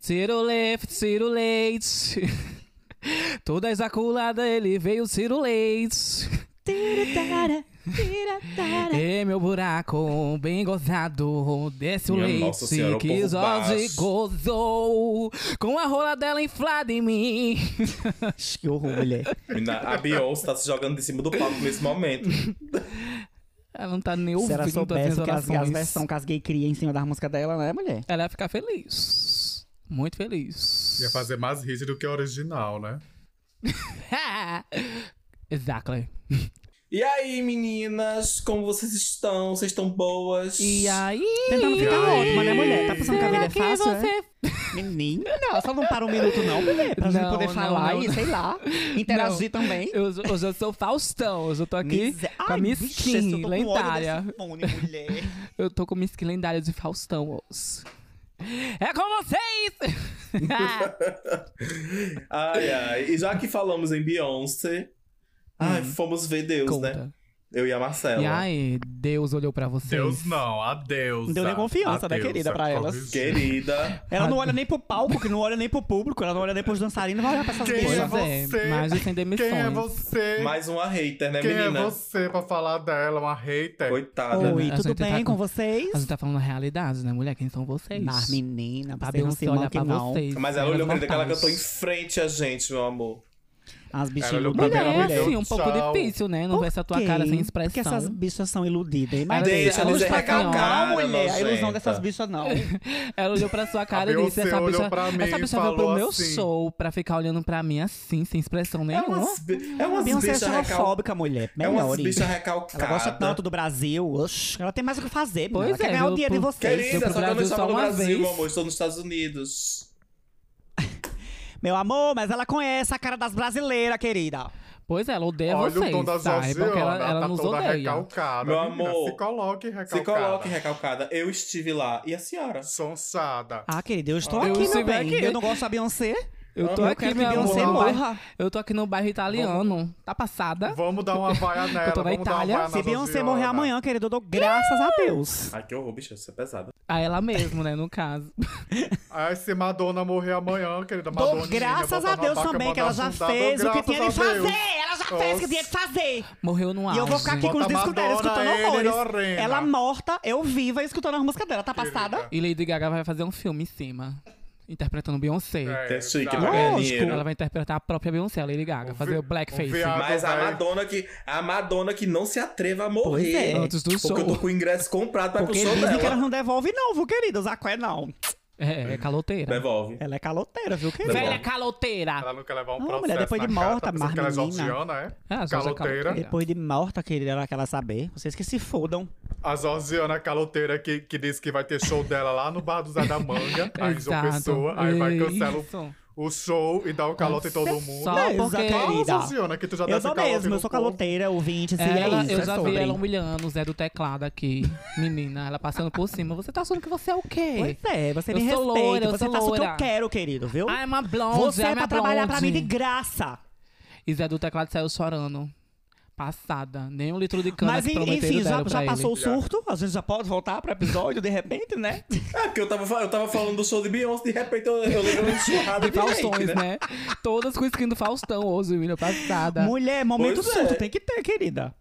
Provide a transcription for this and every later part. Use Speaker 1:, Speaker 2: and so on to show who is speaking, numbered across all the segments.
Speaker 1: Ciro left, Ciro leite. Toda exaculada ele veio, Ciro leite.
Speaker 2: Tiratara, tiratara.
Speaker 1: É meu buraco, bem gozado. Desce o
Speaker 3: Minha
Speaker 1: leite
Speaker 3: Nossa Senhora, é um o
Speaker 1: que
Speaker 3: povo
Speaker 1: Zose
Speaker 3: baço.
Speaker 1: gozou. Com a rola dela inflada em mim.
Speaker 2: Que horror, mulher.
Speaker 3: Menina, A Beyoncé tá se jogando de cima do palco nesse momento.
Speaker 1: Ela não tá nem
Speaker 2: Se
Speaker 1: ouvindo
Speaker 2: ela
Speaker 1: as minhas
Speaker 2: soubesse que as, as
Speaker 1: orações.
Speaker 2: versões que as gay cria em cima da música dela, né, mulher?
Speaker 1: Ela ia ficar feliz. Muito feliz.
Speaker 4: Ia fazer mais hit do que o original, né?
Speaker 1: exactly.
Speaker 3: E aí, meninas, como vocês estão? Vocês estão boas?
Speaker 1: E aí?
Speaker 2: Tentando ficar
Speaker 4: aí?
Speaker 2: ótima, né, mulher? Tá pensando que a vida é
Speaker 1: Será que
Speaker 2: fácil, é?
Speaker 1: você
Speaker 2: Menina, ela só não para um minuto não, mulher, pra gente
Speaker 1: Não,
Speaker 2: poder
Speaker 1: não,
Speaker 2: falar
Speaker 1: não,
Speaker 2: e,
Speaker 1: não.
Speaker 2: sei lá, interagir
Speaker 1: Não.
Speaker 2: também.
Speaker 1: Eu, hoje eu sou Faustão, hoje eu tô aqui
Speaker 2: Miser-
Speaker 1: com a
Speaker 2: Ai,
Speaker 1: minha
Speaker 2: bicho, esse eu
Speaker 1: skin
Speaker 2: tô com
Speaker 1: lendária.
Speaker 2: ódio desse fone, mulher.
Speaker 1: Eu tô com minha skin lendária de Faustão hoje. É com vocês!
Speaker 3: Ai, ai. E já que falamos em Beyoncé,
Speaker 2: Hum.
Speaker 3: ai, fomos ver Deus, né?
Speaker 1: Conta.
Speaker 3: Eu e a Marcela.
Speaker 1: E aí, Deus olhou pra vocês.
Speaker 4: Deus não, adeus.
Speaker 2: Não deu nem confiança, né, querida, pra elas.
Speaker 3: Querida.
Speaker 2: Ela não olha nem pro palco, que não olha nem pro público, ela não olha nem pros dançarinos, vai olhar pra essas
Speaker 4: Quem
Speaker 1: Pois
Speaker 4: é
Speaker 2: coisas.
Speaker 1: é,
Speaker 4: você?
Speaker 1: mais de 100 demissões.
Speaker 4: Quem é você?
Speaker 3: Mais uma hater, né,
Speaker 4: Quem
Speaker 3: menina?
Speaker 4: é você pra falar dela? Uma hater?
Speaker 3: Coitada.
Speaker 1: Oi,
Speaker 2: Oi,
Speaker 1: a
Speaker 2: tudo
Speaker 1: gente tá
Speaker 2: bem
Speaker 1: com-
Speaker 2: com vocês?
Speaker 1: A gente tá falando a realidade, né, mulher? Quem são vocês?
Speaker 2: Mas, menina,
Speaker 1: a
Speaker 2: vocês não se
Speaker 1: Beyoncé
Speaker 2: olha
Speaker 1: olha
Speaker 2: que
Speaker 1: pra
Speaker 2: não.
Speaker 1: vocês. né?
Speaker 3: Mas ela olhou pra ele daquela que eu tô em
Speaker 1: em
Speaker 3: frente a gente, meu amor.
Speaker 2: As bichinhas
Speaker 4: Ela olhou pra
Speaker 2: iludidas,
Speaker 4: mim, ela
Speaker 1: É,
Speaker 2: mulher.
Speaker 4: deu
Speaker 1: assim, um pouco
Speaker 4: tchau.
Speaker 1: difícil, né? Não ver essa tua
Speaker 2: tá Por
Speaker 1: cara
Speaker 2: quê?
Speaker 1: sem
Speaker 2: Porque
Speaker 1: expressão.
Speaker 2: essas bichas são iludidas, hein?
Speaker 1: Ela
Speaker 2: Mas
Speaker 3: é
Speaker 1: tem-
Speaker 2: deixa,
Speaker 1: ela
Speaker 2: não
Speaker 1: tem
Speaker 2: está
Speaker 1: essa cara
Speaker 2: não, mulher. A ilusão
Speaker 3: nojenta.
Speaker 2: dessas bichas, não.
Speaker 1: Ela olhou pra sua cara
Speaker 4: A
Speaker 1: e disse:
Speaker 4: Beyoncé
Speaker 1: Essa
Speaker 4: olhou
Speaker 1: bicha,
Speaker 4: pra mim
Speaker 1: essa
Speaker 4: e
Speaker 1: bicha veio pro
Speaker 4: falou
Speaker 1: meu
Speaker 4: assim.
Speaker 1: show pra ficar olhando pra mim assim, sem expressão
Speaker 3: É
Speaker 1: nenhuma.
Speaker 3: umas, bi- é umas
Speaker 2: né, Beyoncé é
Speaker 3: bichas recalcadas.
Speaker 2: xenofóbica, mulher.
Speaker 3: É umas
Speaker 2: Melhore.
Speaker 3: bichas
Speaker 2: Ela gosta tanto
Speaker 3: recalcadas.
Speaker 2: do Brasil. Oxe, ela tem mais o que fazer,
Speaker 1: Pois
Speaker 2: mulher. Ela
Speaker 1: é,
Speaker 2: quer ganhar
Speaker 1: eu
Speaker 2: o dinheiro de
Speaker 1: tô-
Speaker 2: vocês.
Speaker 1: Veio pro
Speaker 3: Querida, só que eu não
Speaker 1: Brasil só
Speaker 3: estava no
Speaker 1: uma
Speaker 3: Brasil,
Speaker 1: vez.
Speaker 3: meu amor. Estou nos Estados Unidos.
Speaker 2: Meu amor, mas ela conhece a cara das brasileiras, querida.
Speaker 1: Pois é, ela odeia
Speaker 4: Olha
Speaker 1: vocês.
Speaker 4: o tom da
Speaker 1: saibam
Speaker 4: Georgiana,
Speaker 1: que ela, ela
Speaker 4: tá
Speaker 1: nos
Speaker 4: toda
Speaker 1: odeia.
Speaker 4: recalcada.
Speaker 3: Meu
Speaker 4: Menina,
Speaker 3: amor,
Speaker 4: se coloque recalcada.
Speaker 3: Se coloque recalcada. Eu estive lá. E a senhora?
Speaker 4: Sonchada.
Speaker 2: Ah, querida, eu estou
Speaker 1: Eu
Speaker 2: aqui, meu
Speaker 1: estive
Speaker 2: bem.
Speaker 1: aqui.
Speaker 2: Eu não gosto da Beyoncé.
Speaker 1: Eu tô
Speaker 2: Eu
Speaker 1: aqui,
Speaker 2: quero que
Speaker 1: meu
Speaker 2: Beyoncé
Speaker 1: amor.
Speaker 2: morra.
Speaker 1: Eu tô aqui no bairro italiano. Tá passada?
Speaker 4: Vamos dar uma vaia nela,
Speaker 1: Eu tô na
Speaker 4: vamos
Speaker 1: Itália.
Speaker 4: dar uma vaia na
Speaker 2: Se Beyoncé
Speaker 4: Georgiana.
Speaker 2: morrer amanhã, querida, eu dou graças a Deus.
Speaker 3: Ai, que horror, bicho. Isso é pesado.
Speaker 1: A ela mesmo, né, no caso.
Speaker 4: Ai, se Madonna morrer amanhã, querida, Madonna...
Speaker 2: Dou graças
Speaker 4: botar
Speaker 2: a
Speaker 4: na
Speaker 2: Deus
Speaker 4: vaca,
Speaker 2: também, que ela
Speaker 4: mandar
Speaker 2: já
Speaker 4: afundar, dou
Speaker 2: fez o que
Speaker 4: graças
Speaker 2: tinha
Speaker 4: a
Speaker 2: de fazer.
Speaker 4: Deus.
Speaker 2: Ela já fez o que tinha de fazer.
Speaker 1: Morreu no
Speaker 2: E
Speaker 1: auge.
Speaker 2: eu vou ficar aqui com os
Speaker 4: Bota
Speaker 2: discos dela,
Speaker 4: Madonna,
Speaker 2: escutando
Speaker 4: Emily
Speaker 2: horrores.
Speaker 4: Lorena.
Speaker 2: Ela morta, eu viva, escutando as músicas dela. Tá passada?
Speaker 1: E Lady Gaga vai fazer um filme em cima. Interpretando Beyoncé.
Speaker 4: É,
Speaker 3: É chique,
Speaker 4: tá.
Speaker 3: pra ganhar
Speaker 2: Lógico.
Speaker 3: dinheiro.
Speaker 1: Ela vai interpretar a própria Beyoncé, a Lady Gaga.
Speaker 4: Um
Speaker 1: fazer
Speaker 4: vi-
Speaker 1: o blackface.
Speaker 4: um viado.
Speaker 3: Mas a
Speaker 4: Vai.
Speaker 3: Madonna que. A Madonna que não se atreva a
Speaker 2: Pois
Speaker 3: morrer.
Speaker 2: é.
Speaker 1: Antes do
Speaker 3: Porque eu
Speaker 1: show.
Speaker 3: tô com o ingresso comprado pra ir pro
Speaker 2: Porque
Speaker 3: show
Speaker 2: dizem que ela
Speaker 3: dela.
Speaker 2: não devolve, não, viu, querida? Os aqué não.
Speaker 1: É, é caloteira.
Speaker 3: Devolve.
Speaker 2: Ela é caloteira, viu, querida?
Speaker 1: Velha caloteira!
Speaker 4: Ela não quer levar um
Speaker 2: Não,
Speaker 4: processo
Speaker 2: Ah. mulher, depois
Speaker 4: na
Speaker 2: de
Speaker 4: cara,
Speaker 2: morta,
Speaker 4: tá pensando que ela é
Speaker 2: marmenina. Ah,
Speaker 4: georgiana, é?
Speaker 1: É, a Georgia
Speaker 4: caloteira.
Speaker 1: caloteira.
Speaker 2: Depois de morta, querida, ela quer ela saber. Vocês que se fodam.
Speaker 4: A Georgiana é caloteira que, que disse que vai ter show dela lá no bar do Zé da Manga. aí diz uma
Speaker 1: Exato.
Speaker 4: pessoa, aí vai
Speaker 1: É
Speaker 4: cancela
Speaker 1: isso.
Speaker 4: o, o show e dá o calote em todo mundo.
Speaker 1: Só
Speaker 2: Beleza,
Speaker 1: porque...
Speaker 2: querida.
Speaker 4: Fala, Georgiana, que tu já
Speaker 2: Eu
Speaker 4: desse
Speaker 2: sou
Speaker 4: calote
Speaker 2: mesmo,
Speaker 4: no
Speaker 2: eu sou
Speaker 4: povo.
Speaker 2: caloteira, ouvinte, se é,
Speaker 1: Ela,
Speaker 2: isso,
Speaker 1: eu
Speaker 2: é
Speaker 1: já
Speaker 2: sobre.
Speaker 1: vi ela humilhando o Zé do teclado aqui. Menina, ela passando por cima. Você tá achando que você é o quê?
Speaker 2: Pois é, você
Speaker 1: Eu
Speaker 2: me
Speaker 1: sou
Speaker 2: respeita,
Speaker 1: loira, eu
Speaker 2: você
Speaker 1: sou
Speaker 2: faz o que eu
Speaker 1: loira.
Speaker 2: quero, querido, viu?
Speaker 1: Ah, é uma blonde,
Speaker 2: Você
Speaker 1: é
Speaker 2: é
Speaker 1: uma
Speaker 2: pra trabalhar
Speaker 1: blonde.
Speaker 2: pra mim de graça.
Speaker 1: E Zé do teclado saiu chorando. Passada. Nem um litro de cana
Speaker 2: Mas
Speaker 1: que
Speaker 2: en-
Speaker 1: prometeram
Speaker 2: enfim, já,
Speaker 1: deram
Speaker 2: já
Speaker 1: pra
Speaker 2: passou o
Speaker 1: ele.
Speaker 2: surto, a gente já pode voltar pro episódio de repente, né?
Speaker 3: É, porque eu tava, fa- eu tava falando do show de Beyoncé, de repente eu, eu levei uma enxurrada
Speaker 1: De
Speaker 3: de Faustões,
Speaker 1: Faustões, né? Todas com skin do Faustão hoje, menina, passada.
Speaker 2: Mulher, momento
Speaker 3: Pois é.
Speaker 2: surto, tem que ter, querida.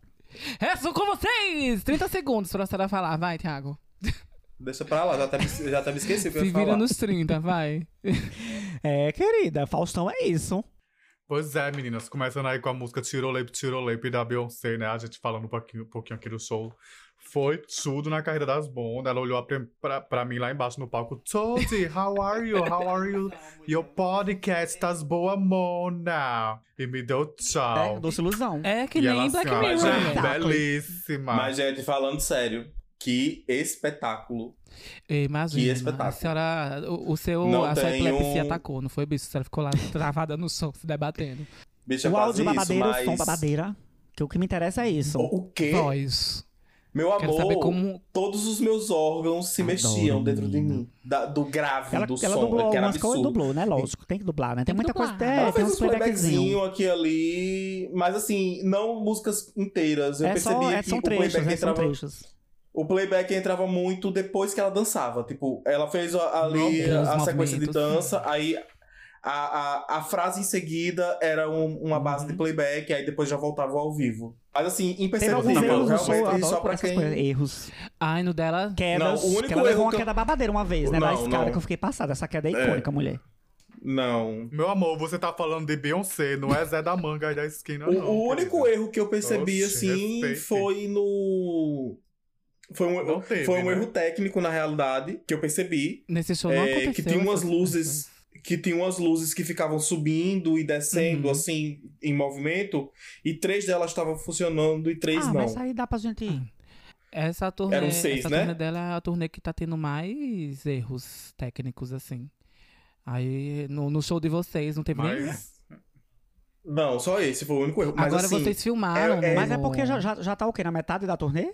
Speaker 1: É, sou com vocês! 30 segundos pra senhora falar. Vai, Thiago.
Speaker 3: Deixa pra lá, já até, me- já até me esqueci o que eu
Speaker 1: Se
Speaker 3: ia falar.
Speaker 1: vira nos 30, vai.
Speaker 2: É, querida, Faustão é isso.
Speaker 4: Pois é, meninas, começando aí com a música Tirolepe, Tirolepe da Beyoncé, né? A gente falando um pouquinho, um pouquinho aqui do show. Foi tudo na carreira das bondas. Ela olhou pra, pra, pra mim lá embaixo no palco. Toadie, how are you? How are you? Your podcast tá boa, mona. E me deu
Speaker 2: É,
Speaker 4: tchau.
Speaker 2: doce ilusão.
Speaker 1: É que
Speaker 4: e
Speaker 1: nem
Speaker 4: ela
Speaker 1: Black
Speaker 4: assim, ó,
Speaker 1: Mirror.
Speaker 4: gente,
Speaker 1: né?
Speaker 4: belíssima.
Speaker 3: Mas, gente, falando sério, que espetáculo.
Speaker 1: Ei, Imagina.
Speaker 3: Que espetáculo.
Speaker 1: né? A senhora, o, o seu,
Speaker 3: Não
Speaker 1: a sua
Speaker 3: tem
Speaker 1: epilepsia
Speaker 3: um-
Speaker 1: atacou, não foi, bicho? A senhora ficou lá travada no som, se debatendo.
Speaker 3: Bicho, é
Speaker 2: o
Speaker 3: quase
Speaker 2: áudio
Speaker 3: isso,
Speaker 2: babadeiro,
Speaker 3: mas...
Speaker 2: o som babadeira. Que o que me interessa é isso.
Speaker 3: O o quê?
Speaker 1: Voz.
Speaker 3: Meu
Speaker 1: Quero saber
Speaker 3: amor,
Speaker 1: como-
Speaker 3: todos os meus órgãos se
Speaker 2: Adoro,
Speaker 3: mexiam dentro de
Speaker 2: menina.
Speaker 3: mim. Da- do grave,
Speaker 2: Ela,
Speaker 3: do
Speaker 2: ela
Speaker 3: som,
Speaker 2: dublou
Speaker 3: que era
Speaker 2: algumas coisas,
Speaker 3: absurdo.
Speaker 2: dublou, né? Lógico, tem que dublar, né?
Speaker 1: Tem
Speaker 2: Tem,
Speaker 1: que
Speaker 2: muita
Speaker 1: dublar.
Speaker 2: coisa, é,
Speaker 3: ela
Speaker 2: tem
Speaker 3: fez
Speaker 2: uns
Speaker 3: uns
Speaker 2: playbackzinho.
Speaker 3: playbackzinho aqui e ali, mas assim, não músicas inteiras. Eu
Speaker 2: É
Speaker 3: percebi
Speaker 2: só, é,
Speaker 3: que
Speaker 2: são
Speaker 3: o playback
Speaker 2: trechos, né? São
Speaker 3: entrava...
Speaker 2: trechos.
Speaker 3: O playback entrava muito depois que ela dançava. Tipo, ela fez a- ali
Speaker 1: Não,
Speaker 3: a
Speaker 1: os
Speaker 3: sequência de
Speaker 1: movimentos.
Speaker 3: dança, aí a, a, a frase em seguida era um- uma base de playback, aí depois já voltava ao vivo. Mas assim,
Speaker 2: Uhum. Teve alguns
Speaker 3: imperceptível,
Speaker 2: erros no show, eu
Speaker 3: realmente,
Speaker 2: adoro
Speaker 3: só pra
Speaker 2: essas
Speaker 3: quem.
Speaker 2: coisas. Erros.
Speaker 1: Ai, no dela.
Speaker 2: Quedas.
Speaker 3: Não, o único
Speaker 2: que ela levou
Speaker 3: erro
Speaker 2: uma
Speaker 3: que eu-
Speaker 2: queda babadeira uma vez, né? Na
Speaker 3: Não,
Speaker 2: escada
Speaker 3: não.
Speaker 2: que eu fiquei passada. Essa queda é icônica, mulher.
Speaker 3: Não.
Speaker 4: Meu amor, você tá falando de Beyoncé, não é Zé da Manga e da esquina,
Speaker 3: O,
Speaker 4: não.
Speaker 3: o
Speaker 4: querida.
Speaker 3: único erro que eu percebi,
Speaker 4: Oxe,
Speaker 3: assim,
Speaker 4: respeite.
Speaker 3: foi no. Foi um,
Speaker 4: Não teve,
Speaker 3: foi um
Speaker 4: né?
Speaker 3: erro técnico, na realidade, que eu percebi.
Speaker 1: Nesse show não
Speaker 3: É,
Speaker 1: aconteceu.
Speaker 3: que tinha umas
Speaker 1: essas né?
Speaker 3: luzes que tinha umas luzes que ficavam subindo e descendo,
Speaker 1: Uhum.
Speaker 3: assim, em movimento, e três delas estavam funcionando e três
Speaker 2: Ah,
Speaker 3: não.
Speaker 2: mas aí dá pra gente.
Speaker 1: Essa turnê,
Speaker 3: Eram seis,
Speaker 1: essa
Speaker 3: né?
Speaker 1: turnê dela é a turnê que tá tendo mais erros técnicos, assim. Aí, no, no show de vocês, não teve nem.
Speaker 4: Mas
Speaker 3: Não, só esse foi o único erro. Mas
Speaker 1: Agora
Speaker 3: assim,
Speaker 1: vocês filmaram.
Speaker 3: é-
Speaker 1: né,
Speaker 2: Mas é
Speaker 1: no-
Speaker 2: porque já, já, já tá o quê? Na metade da turnê?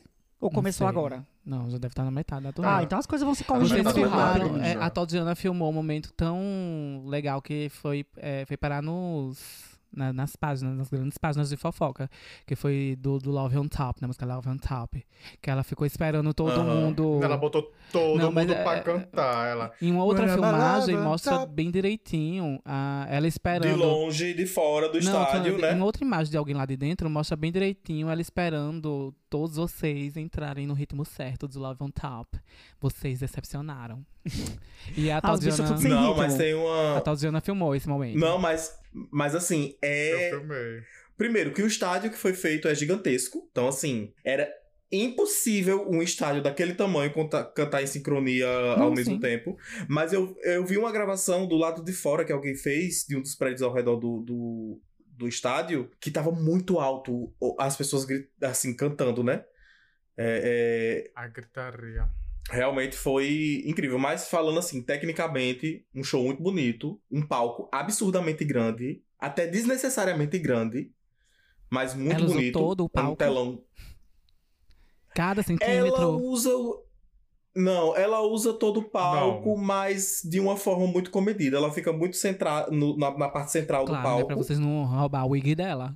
Speaker 1: Não
Speaker 2: Ou começou
Speaker 1: sei.
Speaker 2: agora?
Speaker 1: Não, já deve estar na metade da turnê.
Speaker 3: É.
Speaker 2: Ah, então as coisas vão se
Speaker 3: já
Speaker 1: Vocês
Speaker 2: corrigindo
Speaker 3: tá
Speaker 2: muito
Speaker 3: filmaram,
Speaker 2: rápido.
Speaker 1: filmaram.
Speaker 4: rápido,
Speaker 1: é,
Speaker 4: já.
Speaker 1: a Todiana filmou um momento tão legal que foi, é, foi parar nos. na- nas páginas, nas grandes páginas de fofoca, que foi do, do Love on Top, na música Love on Top, que ela ficou esperando todo
Speaker 3: Aham.
Speaker 1: mundo.
Speaker 4: ela botou todo
Speaker 1: Uhum. Não, mas
Speaker 4: mundo
Speaker 1: é-
Speaker 4: pra cantar. Ela.
Speaker 1: Em uma outra
Speaker 4: Olha,
Speaker 1: filmagem
Speaker 4: Love on
Speaker 1: mostra
Speaker 4: Top.
Speaker 1: bem direitinho a, ela esperando.
Speaker 3: de longe, de fora do
Speaker 1: Não,
Speaker 3: estádio,
Speaker 1: falando-
Speaker 3: né?
Speaker 1: Em outra imagem de alguém lá de dentro, mostra bem direitinho ela esperando todos vocês entrarem no ritmo certo do Love on Top. Vocês decepcionaram. E a
Speaker 2: Ah, os bichos
Speaker 1: Tatiana,
Speaker 2: tudo sem
Speaker 3: não,
Speaker 2: ritmo.
Speaker 3: mas tem
Speaker 1: a
Speaker 3: uma.
Speaker 1: Tatiana filmou esse momento.
Speaker 3: Não, mas. Mas assim,
Speaker 4: Eu
Speaker 3: é.
Speaker 4: filmei.
Speaker 3: Primeiro, que o estádio que foi feito é gigantesco. Então, assim, era impossível um estádio daquele tamanho conta- cantar em sincronia ao
Speaker 1: Não,
Speaker 3: mesmo
Speaker 1: sim.
Speaker 3: tempo. Mas eu, eu vi uma gravação do lado de fora que alguém fez, de um dos prédios ao redor do. do... do estádio, que tava muito alto, o- as pessoas gri- assim, cantando, né? É, é,
Speaker 4: A gritaria.
Speaker 3: Realmente foi incrível. Mas falando assim, tecnicamente, um show muito bonito, um palco absurdamente grande, até desnecessariamente grande, mas muito
Speaker 1: Ela usou
Speaker 3: bonito.
Speaker 1: todo o
Speaker 3: Era
Speaker 1: palco?
Speaker 3: Um telão.
Speaker 1: Cada
Speaker 3: Ela
Speaker 1: centímetro. né,
Speaker 3: usa. o- Não, ela usa todo o palco, mas de uma forma muito comedida. Ela fica muito centrada na, na parte central do
Speaker 1: Claro, né,
Speaker 3: palco.
Speaker 1: pra vocês não roubar o wig dela.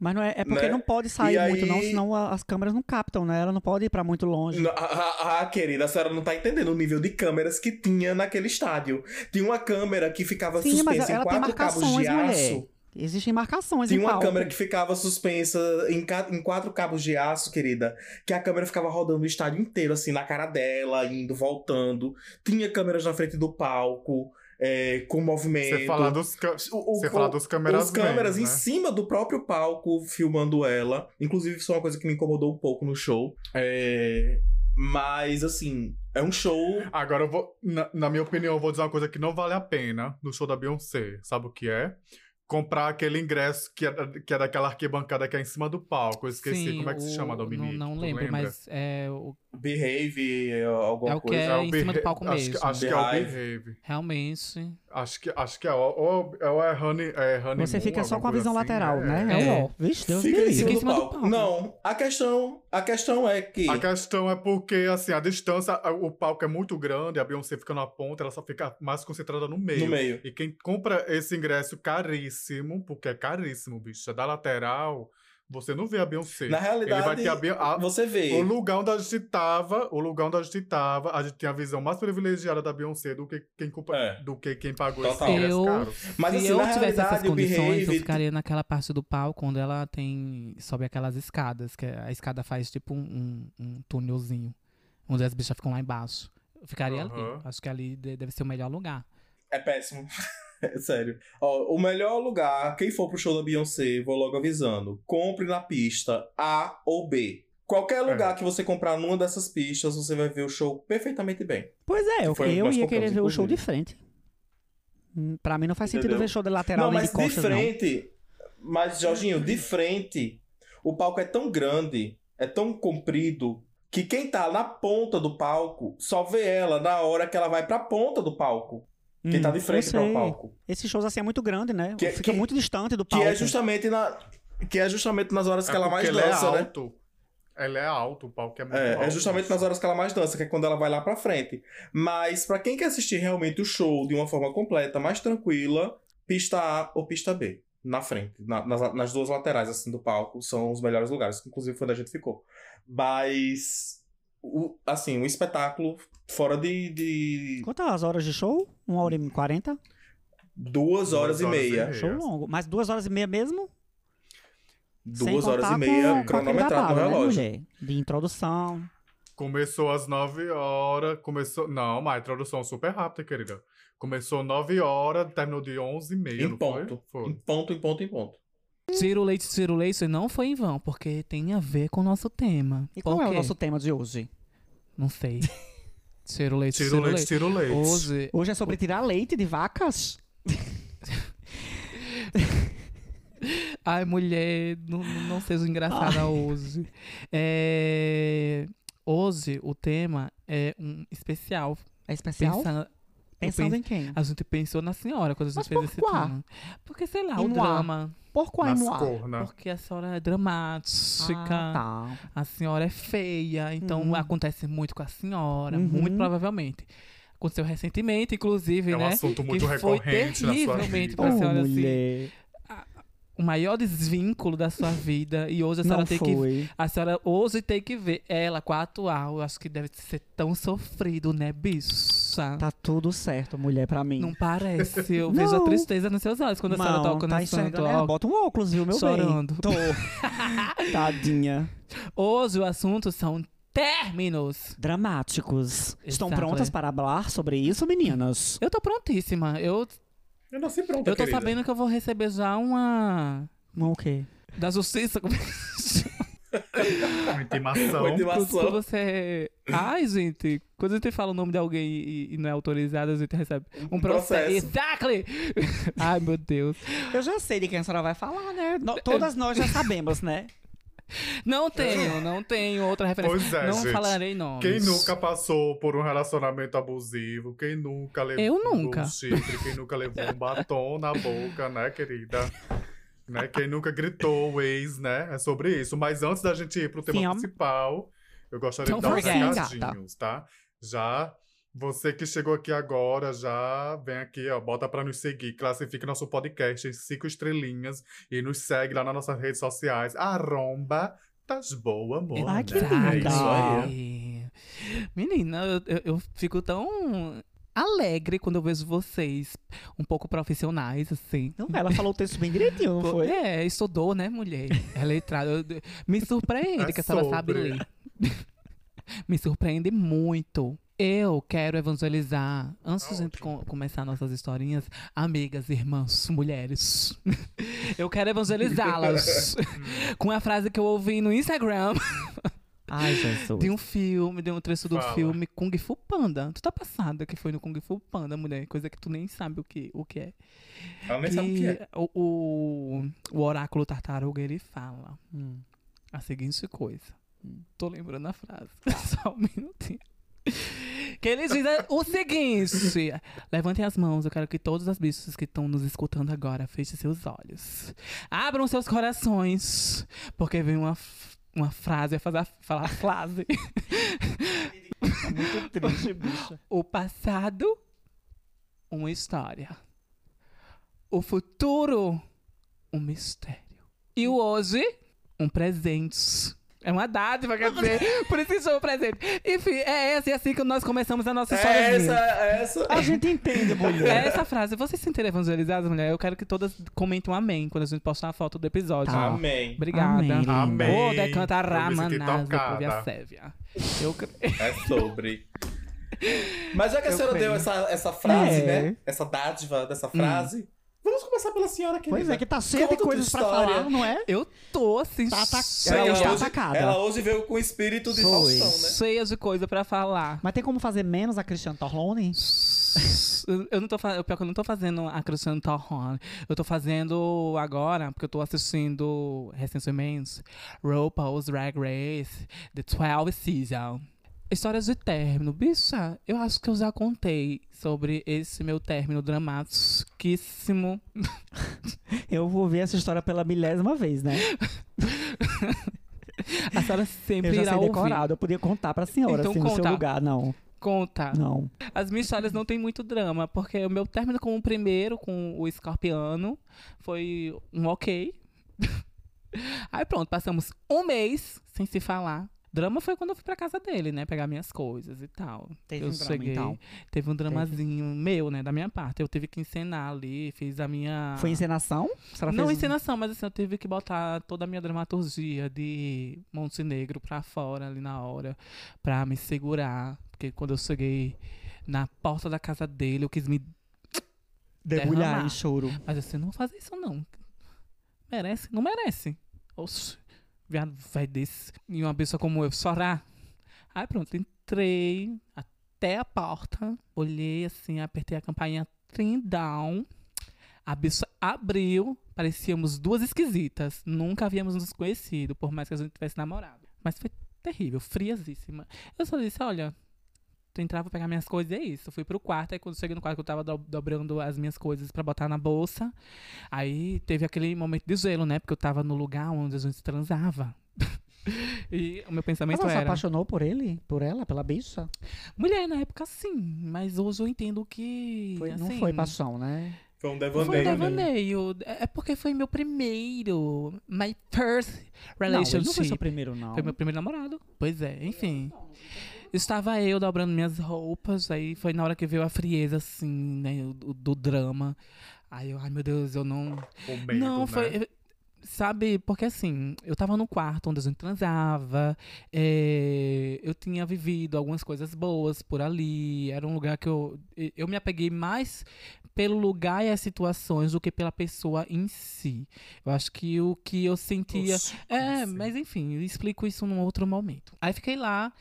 Speaker 2: Mas não é, é porque
Speaker 3: Né?
Speaker 2: não pode sair
Speaker 3: E
Speaker 2: muito,
Speaker 3: aí-
Speaker 2: não, senão a- as câmeras não captam, né? Ela não pode ir pra muito longe.
Speaker 3: Não, Ah, ah, ah, querida, a senhora não tá entendendo o nível de câmeras que tinha naquele estádio. Tinha uma câmera que ficava
Speaker 2: Sim, mas
Speaker 3: suspensa em
Speaker 2: ela tem
Speaker 3: quatro cabos de
Speaker 2: marcações, mulher.
Speaker 3: aço.
Speaker 2: Existem marcações
Speaker 3: Tinha
Speaker 2: em
Speaker 3: uma
Speaker 2: palco.
Speaker 3: câmera que ficava suspensa em, ca- em quatro cabos de aço, querida. Que a câmera ficava rodando o estádio inteiro, assim, na cara dela, indo, voltando. Tinha câmeras na frente do palco, é, com movimento.
Speaker 4: Você fala dos, ca...
Speaker 3: O- o-
Speaker 4: Você fala
Speaker 3: o-
Speaker 4: dos câmeras. né?
Speaker 3: Os câmeras
Speaker 4: mesmo,
Speaker 3: em cima do próprio palco filmando ela. Inclusive, isso é uma coisa que me incomodou um pouco no show. É, Mas, assim, é um show.
Speaker 4: Agora eu vou. Na, na minha opinião, eu vou dizer uma coisa que não vale a pena no show da Beyoncé. Sabe o que é? Comprar aquele ingresso que é, da- que é daquela arquibancada que é em cima do palco. Eu esqueci.
Speaker 1: Sim,
Speaker 4: Como é que se
Speaker 1: o-
Speaker 4: chama, Dominique?
Speaker 1: Não, não
Speaker 4: Tu
Speaker 1: lembro,
Speaker 4: lembra?
Speaker 1: mas é, o-
Speaker 3: Behave, é, alguma
Speaker 1: É o que
Speaker 3: coisa.
Speaker 1: é. em cima do
Speaker 4: Behave-
Speaker 1: palco
Speaker 4: acho, que-
Speaker 1: mesmo.
Speaker 4: Acho que é o
Speaker 3: Behave.
Speaker 4: Behave.
Speaker 1: realmente.
Speaker 4: Acho que, acho que é o. Ou, ou é Honey. É honeymoon,
Speaker 2: Você fica só com a
Speaker 4: alguma
Speaker 2: visão
Speaker 4: coisa assim,
Speaker 2: lateral,
Speaker 4: é.
Speaker 2: né? É
Speaker 1: É.
Speaker 2: o ó. Vixe, Deus me
Speaker 3: Fica em
Speaker 2: livre.
Speaker 3: cima,
Speaker 1: Fica em cima
Speaker 3: do,
Speaker 1: do
Speaker 3: palco.
Speaker 1: palco.
Speaker 3: Não, a questão, a questão é que.
Speaker 4: A questão é porque, assim, a distância, a- o palco é muito grande, a Beyoncé fica na ponta, ela só fica mais concentrada no meio.
Speaker 3: No meio.
Speaker 4: E quem compra esse ingresso caríssimo, porque é caríssimo, bicho, é da lateral, você não vê a Beyoncé.
Speaker 3: Na
Speaker 4: Ele vai
Speaker 3: realidade,
Speaker 4: ter a, Be- a-
Speaker 3: você vê.
Speaker 4: o lugar onde a gente tava, o lugar onde a gente tava, a gente tinha a visão mais privilegiada da Beyoncé do que quem, compra,
Speaker 3: É.
Speaker 4: do que quem pagou
Speaker 3: Total.
Speaker 4: esse ingresso
Speaker 1: Eu-
Speaker 4: caro. É
Speaker 3: Mas
Speaker 1: Se
Speaker 3: assim,
Speaker 1: eu
Speaker 3: na
Speaker 1: tivesse essas
Speaker 3: realidade, o
Speaker 1: condições, eu
Speaker 3: Behave.
Speaker 1: ficaria naquela parte do palco onde ela tem. sobe aquelas escadas, que a escada faz tipo um, um, um túnelzinho, onde as bichas ficam lá embaixo. Eu ficaria
Speaker 4: Aham.
Speaker 1: ali. Acho que ali de- deve ser o melhor lugar.
Speaker 3: É péssimo. É Sério. Ó, o melhor lugar, quem for pro show da Beyoncé, vou logo avisando. Compre na pista A ou B. Qualquer lugar que você comprar numa dessas pistas, você vai ver o show perfeitamente bem.
Speaker 2: Pois é, eu,
Speaker 3: Foi o que
Speaker 2: eu
Speaker 3: nós
Speaker 2: ia
Speaker 3: compramos,
Speaker 2: querer ver o show de
Speaker 3: inclusive.
Speaker 2: frente. Hum, Pra mim não faz sentido
Speaker 3: Entendeu?
Speaker 2: ver show de lateral
Speaker 3: não,
Speaker 2: nem
Speaker 3: mas
Speaker 2: de costas, não.
Speaker 3: frente. Mas, Jorginho, de frente, o palco é tão grande, é tão comprido, que quem tá na ponta do palco só vê ela na hora que ela vai pra ponta do palco. Quem
Speaker 2: Hum,
Speaker 3: tá de
Speaker 2: eu
Speaker 3: frente
Speaker 2: sei.
Speaker 3: pro palco.
Speaker 2: Esses shows assim é muito grande, né?
Speaker 3: Que-
Speaker 2: Fica
Speaker 3: que-
Speaker 2: muito distante do
Speaker 3: Que
Speaker 2: palco.
Speaker 3: é justamente na. Que é justamente nas horas que ela
Speaker 4: porque
Speaker 3: mais
Speaker 4: ele
Speaker 3: dança,
Speaker 4: é
Speaker 3: né?
Speaker 4: alto. Ela é alto, o palco é muito alto.
Speaker 3: É, é justamente nas horas que ela mais dança, que é quando ela vai lá pra frente. Mas pra quem quer assistir realmente o show de uma forma completa, mais tranquila, pista A ou pista B. Na frente, na- nas, nas duas laterais assim do palco, são os melhores lugares. Inclusive foi onde a gente ficou. Mas o- assim, um espetáculo fora de, de
Speaker 2: Quantas horas de show? Uma hora e quarenta?
Speaker 3: duas horas e meia.
Speaker 2: Show longo. Mas duas horas e meia mesmo? Sem
Speaker 3: Duas horas
Speaker 2: contar
Speaker 3: e meia
Speaker 2: com- com aquele
Speaker 3: cronometrado no
Speaker 2: babado, né,
Speaker 3: relógio.
Speaker 2: mulher? de introdução.
Speaker 4: Começou às 9 horas, começou... Não, mas a introdução é super rápida, querida. Começou 9 horas, terminou de 11 e meia,
Speaker 3: Em
Speaker 4: não
Speaker 3: ponto.
Speaker 4: foi?
Speaker 2: né?
Speaker 3: Em
Speaker 4: Foi.
Speaker 3: ponto, em ponto, em ponto.
Speaker 1: Tiro leite, tiro leite, isso não foi em vão, porque tem a ver com o nosso tema.
Speaker 2: E qual
Speaker 1: Por
Speaker 2: é o
Speaker 1: quê?
Speaker 2: nosso tema de hoje?
Speaker 1: Não sei. Tiro leite, tiro,
Speaker 4: Tiro leite,
Speaker 1: leite.
Speaker 4: tiro leite.
Speaker 1: Hoje,
Speaker 2: Hoje é sobre tirar leite de vacas?
Speaker 1: Ai, mulher, não, não não seja engraçada hoje. É, Hoje o tema é um especial.
Speaker 2: É especial?
Speaker 1: Pensa-
Speaker 2: Pensando
Speaker 1: penso-
Speaker 2: em quem?
Speaker 1: A gente pensou na senhora quando a gente
Speaker 2: Mas
Speaker 1: fez
Speaker 2: por
Speaker 1: esse
Speaker 2: quê?
Speaker 1: tema. Porque, sei lá, o
Speaker 2: Em moi.
Speaker 1: drama.
Speaker 2: Por qual
Speaker 4: Nas né?
Speaker 2: moá?
Speaker 4: cornas.
Speaker 1: Porque a senhora é dramática.
Speaker 2: Ah, tá.
Speaker 1: A senhora é feia. Então
Speaker 2: Uhum.
Speaker 1: acontece muito com a senhora.
Speaker 2: Uhum.
Speaker 1: Muito provavelmente. Aconteceu recentemente, inclusive,
Speaker 4: É um
Speaker 1: né?
Speaker 4: assunto muito
Speaker 1: que foi
Speaker 4: recorrente na sua
Speaker 1: terrivelmente
Speaker 4: vida.
Speaker 1: pra
Speaker 2: Ô,
Speaker 1: senhora, assim,
Speaker 2: mulher.
Speaker 1: O maior desvínculo da sua vida. E hoje a senhora
Speaker 2: Não
Speaker 1: tem que
Speaker 2: foi.
Speaker 1: A senhora hoje tem que ver ela com a atual. Eu acho que deve ser tão sofrido, né, bicha?
Speaker 2: Tá tudo certo, mulher, pra mim.
Speaker 1: Não parece. Eu vejo a
Speaker 2: Não.
Speaker 1: tristeza nos seus olhos quando a senhora
Speaker 2: Não,
Speaker 1: toca
Speaker 2: tá
Speaker 1: na sua
Speaker 2: enxergando, né?
Speaker 1: atual.
Speaker 2: Bota um óculos, viu, meu
Speaker 1: Chorando.
Speaker 2: bem? Tô. Tadinha.
Speaker 1: Hoje o assunto são términos.
Speaker 2: Dramáticos. Estão
Speaker 1: Exato,
Speaker 2: prontas
Speaker 1: é.
Speaker 2: para falar sobre isso, meninas?
Speaker 1: Eu tô prontíssima. Eu,
Speaker 3: Eu nasci pronta,
Speaker 1: eu tô
Speaker 3: querida.
Speaker 1: sabendo que eu vou receber já uma.
Speaker 2: Não, o quê?
Speaker 1: Da justiça. Como é
Speaker 4: Uma intimação.
Speaker 3: Uma
Speaker 1: que quando
Speaker 3: intimação.
Speaker 1: você. Ai, gente. Quando a gente fala o nome de alguém e, e não é autorizado, a gente recebe um processo.
Speaker 3: processo.
Speaker 1: Exactly! Ai, meu Deus.
Speaker 2: Eu já sei de quem a senhora vai falar, né? No- todas nós já sabemos, né?
Speaker 1: Não tenho, não tenho outra referência.
Speaker 4: Pois é,
Speaker 1: não
Speaker 4: gente.
Speaker 1: falarei nomes.
Speaker 4: Quem nunca passou por um relacionamento abusivo? Quem nunca levou
Speaker 1: Eu nunca.
Speaker 4: um chifre? Quem nunca levou um batom na boca, né, querida? Né? Quem nunca gritou o ex, né? É sobre isso. Mas antes da gente ir pro tema
Speaker 2: Sim, am-
Speaker 4: principal, eu gostaria
Speaker 1: Então
Speaker 4: de dar uns
Speaker 1: vai, gata.
Speaker 4: recadinhos, tá? Já. Você que chegou aqui agora, já vem aqui, ó, bota pra nos seguir, classifique nosso podcast em cinco estrelinhas e nos segue lá nas nossas redes sociais, arromba, tas boa, amor.
Speaker 2: Ai, que
Speaker 4: né?
Speaker 2: linda.
Speaker 4: É isso aí.
Speaker 1: Menina, eu, eu- eu fico tão alegre quando eu vejo vocês um pouco profissionais, assim.
Speaker 2: Não, Então ela falou o texto bem direitinho, não foi?
Speaker 1: É, estudou, né, mulher? É letrada. Eu- eu- Me surpreende
Speaker 4: É
Speaker 1: que a senhora sabe
Speaker 4: sobre.
Speaker 1: ler. Me surpreende muito. Eu quero evangelizar, antes de a gente co- começar nossas historinhas, amigas, irmãs, mulheres. Eu quero evangelizá-las com a frase que eu ouvi no Instagram
Speaker 2: Ai, Jesus.
Speaker 1: de um filme, de um trecho do
Speaker 4: Fala.
Speaker 1: filme Kung Fu Panda. Tu tá passada que foi no Kung Fu Panda, mulher, coisa que tu nem sabe o que, o que é.
Speaker 3: Ela nem sabe o que é.
Speaker 1: o, o, o oráculo tartaruga, ele fala
Speaker 2: Hum.
Speaker 1: a seguinte coisa. Tô lembrando a frase. Só um minutinho. Que ele diz o seguinte: Levantem as mãos, eu quero que todos os bichos que estão nos escutando agora fechem seus olhos. Abram seus corações, porque vem uma, f- uma frase, eu ia fazer a- falar a frase.
Speaker 2: Muito triste, bicha.
Speaker 1: O passado, uma história. O futuro, um mistério. E o hoje, um presente. É uma dádiva, quer dizer. Por isso que chama presente. Enfim, é essa e assim que nós começamos a nossa história.
Speaker 3: É essa, é essa.
Speaker 1: Ah,
Speaker 2: A gente entende, mulher.
Speaker 1: É essa frase. Vocês se sentem evangelizadas, mulher? Eu quero que todas comentem um amém quando a gente postar a foto do episódio.
Speaker 2: Tá.
Speaker 3: Amém.
Speaker 1: Obrigada.
Speaker 2: Amém.
Speaker 1: Ô,
Speaker 4: Amém.
Speaker 1: decanta
Speaker 4: Eu me senti
Speaker 1: Ramanasa,
Speaker 4: tocada.
Speaker 1: Povia Sévia. Eu cre-
Speaker 3: É sobre. Mas já que a
Speaker 1: Eu Hum.
Speaker 3: senhora
Speaker 1: creio.
Speaker 3: deu essa, essa frase,
Speaker 2: É.
Speaker 3: né? Essa dádiva dessa frase. Vamos começar pela senhora, querida.
Speaker 2: Pois é, que tá cheia de
Speaker 3: Conta tua
Speaker 2: coisas pra
Speaker 3: história.
Speaker 2: falar, não é?
Speaker 1: Eu tô assim.
Speaker 2: Tá ata-
Speaker 1: cheia
Speaker 3: Ela,
Speaker 2: Ela está
Speaker 3: hoje,
Speaker 2: atacada.
Speaker 3: ela hoje veio com o espírito de
Speaker 2: Foi.
Speaker 3: Faustão, né?
Speaker 1: cheia
Speaker 2: tá.
Speaker 1: de coisa pra falar.
Speaker 2: Mas tem como fazer menos a Cristiane Torlone?
Speaker 1: Eu- Eu não tô fazendo, pior é que eu não tô fazendo a Cristiano Torrone. Eu tô fazendo agora, porque eu tô assistindo recentemente RuPaul's Drag Race, The 12 Season. Histórias de término. Bicha, eu acho que eu já contei sobre esse meu término dramatiquíssimo.
Speaker 2: Eu vou ver essa história pela milésima vez, né?
Speaker 1: A senhora
Speaker 2: Eu
Speaker 1: sempre
Speaker 2: já
Speaker 1: irá
Speaker 2: sei
Speaker 1: ouvir.
Speaker 2: decorado, eu podia contar pra senhora,
Speaker 1: Então
Speaker 2: assim, no
Speaker 1: conta.
Speaker 2: seu lugar. Não,
Speaker 1: Conta.
Speaker 2: não.
Speaker 1: As minhas histórias não tem muito drama, porque o meu término com o primeiro, com o escorpiano, foi um ok. Aí pronto, passamos um mês sem se falar. Drama foi quando eu fui pra casa dele, né? Pegar minhas coisas e tal.
Speaker 2: Teve
Speaker 1: eu
Speaker 2: um drama, então.
Speaker 1: Teve um dramazinho meu, né? Da minha parte. Eu tive que encenar ali, fiz a minha.
Speaker 2: Foi encenação? A senhora
Speaker 1: Ah. Não
Speaker 2: fez um-
Speaker 1: encenação, mas assim, eu tive que botar toda a minha dramaturgia de Montenegro pra fora ali na hora, pra me segurar. Porque quando eu cheguei na porta da casa dele, eu quis me.
Speaker 2: Debulhar
Speaker 1: Derramar.
Speaker 2: em choro.
Speaker 1: Mas assim, não vou fazer isso não. Merece? Não merece. Oxi, viado, vai desse. E uma pessoa como eu chorar. Aí pronto, entrei até a porta, olhei assim, apertei a campainha trindão. A pessoa abriu, parecíamos duas esquisitas. Nunca havíamos nos conhecido, por mais que a gente tivesse namorado. Mas foi terrível, friazíssima. Eu só disse, olha, tu entrava pra pegar minhas coisas e é isso. Eu fui pro quarto, aí quando cheguei no quarto que eu tava do- dobrando as minhas coisas pra botar na bolsa, aí teve aquele momento de gelo, né? Porque eu tava no lugar onde a gente transava. e o meu
Speaker 2: Mas
Speaker 1: pensamento
Speaker 2: ela se
Speaker 1: era...
Speaker 2: apaixonou por ele? Por ela? Pela bicha?
Speaker 1: Mulher, na época, sim. Mas hoje eu entendo que...
Speaker 2: Foi- não
Speaker 1: assim,
Speaker 2: foi paixão, né?
Speaker 3: Foi um
Speaker 1: Foi
Speaker 3: devaneio.
Speaker 1: um
Speaker 3: né?
Speaker 1: devaneio. É é porque foi meu primeiro. My first
Speaker 2: Não, ele
Speaker 1: relationship.
Speaker 2: não foi seu primeiro, não.
Speaker 1: Foi meu primeiro namorado. Pois é, enfim. Estava eu dobrando minhas roupas, aí foi na hora que veio a frieza, assim, né, o- do, do drama. Aí eu, ai meu Deus, eu não.
Speaker 4: O medo,
Speaker 1: não,
Speaker 4: né?
Speaker 1: foi. eh, Sabe, porque assim, eu tava no quarto onde a gente transava, é, eu tinha vivido algumas coisas boas por ali, era um lugar que eu. Eu me apeguei mais pelo lugar e as situações do que pela pessoa em si. Eu acho que o que eu sentia.
Speaker 4: Oxi,
Speaker 1: É,
Speaker 4: assim.
Speaker 1: mas enfim, eu explico isso num outro momento. Aí fiquei lá,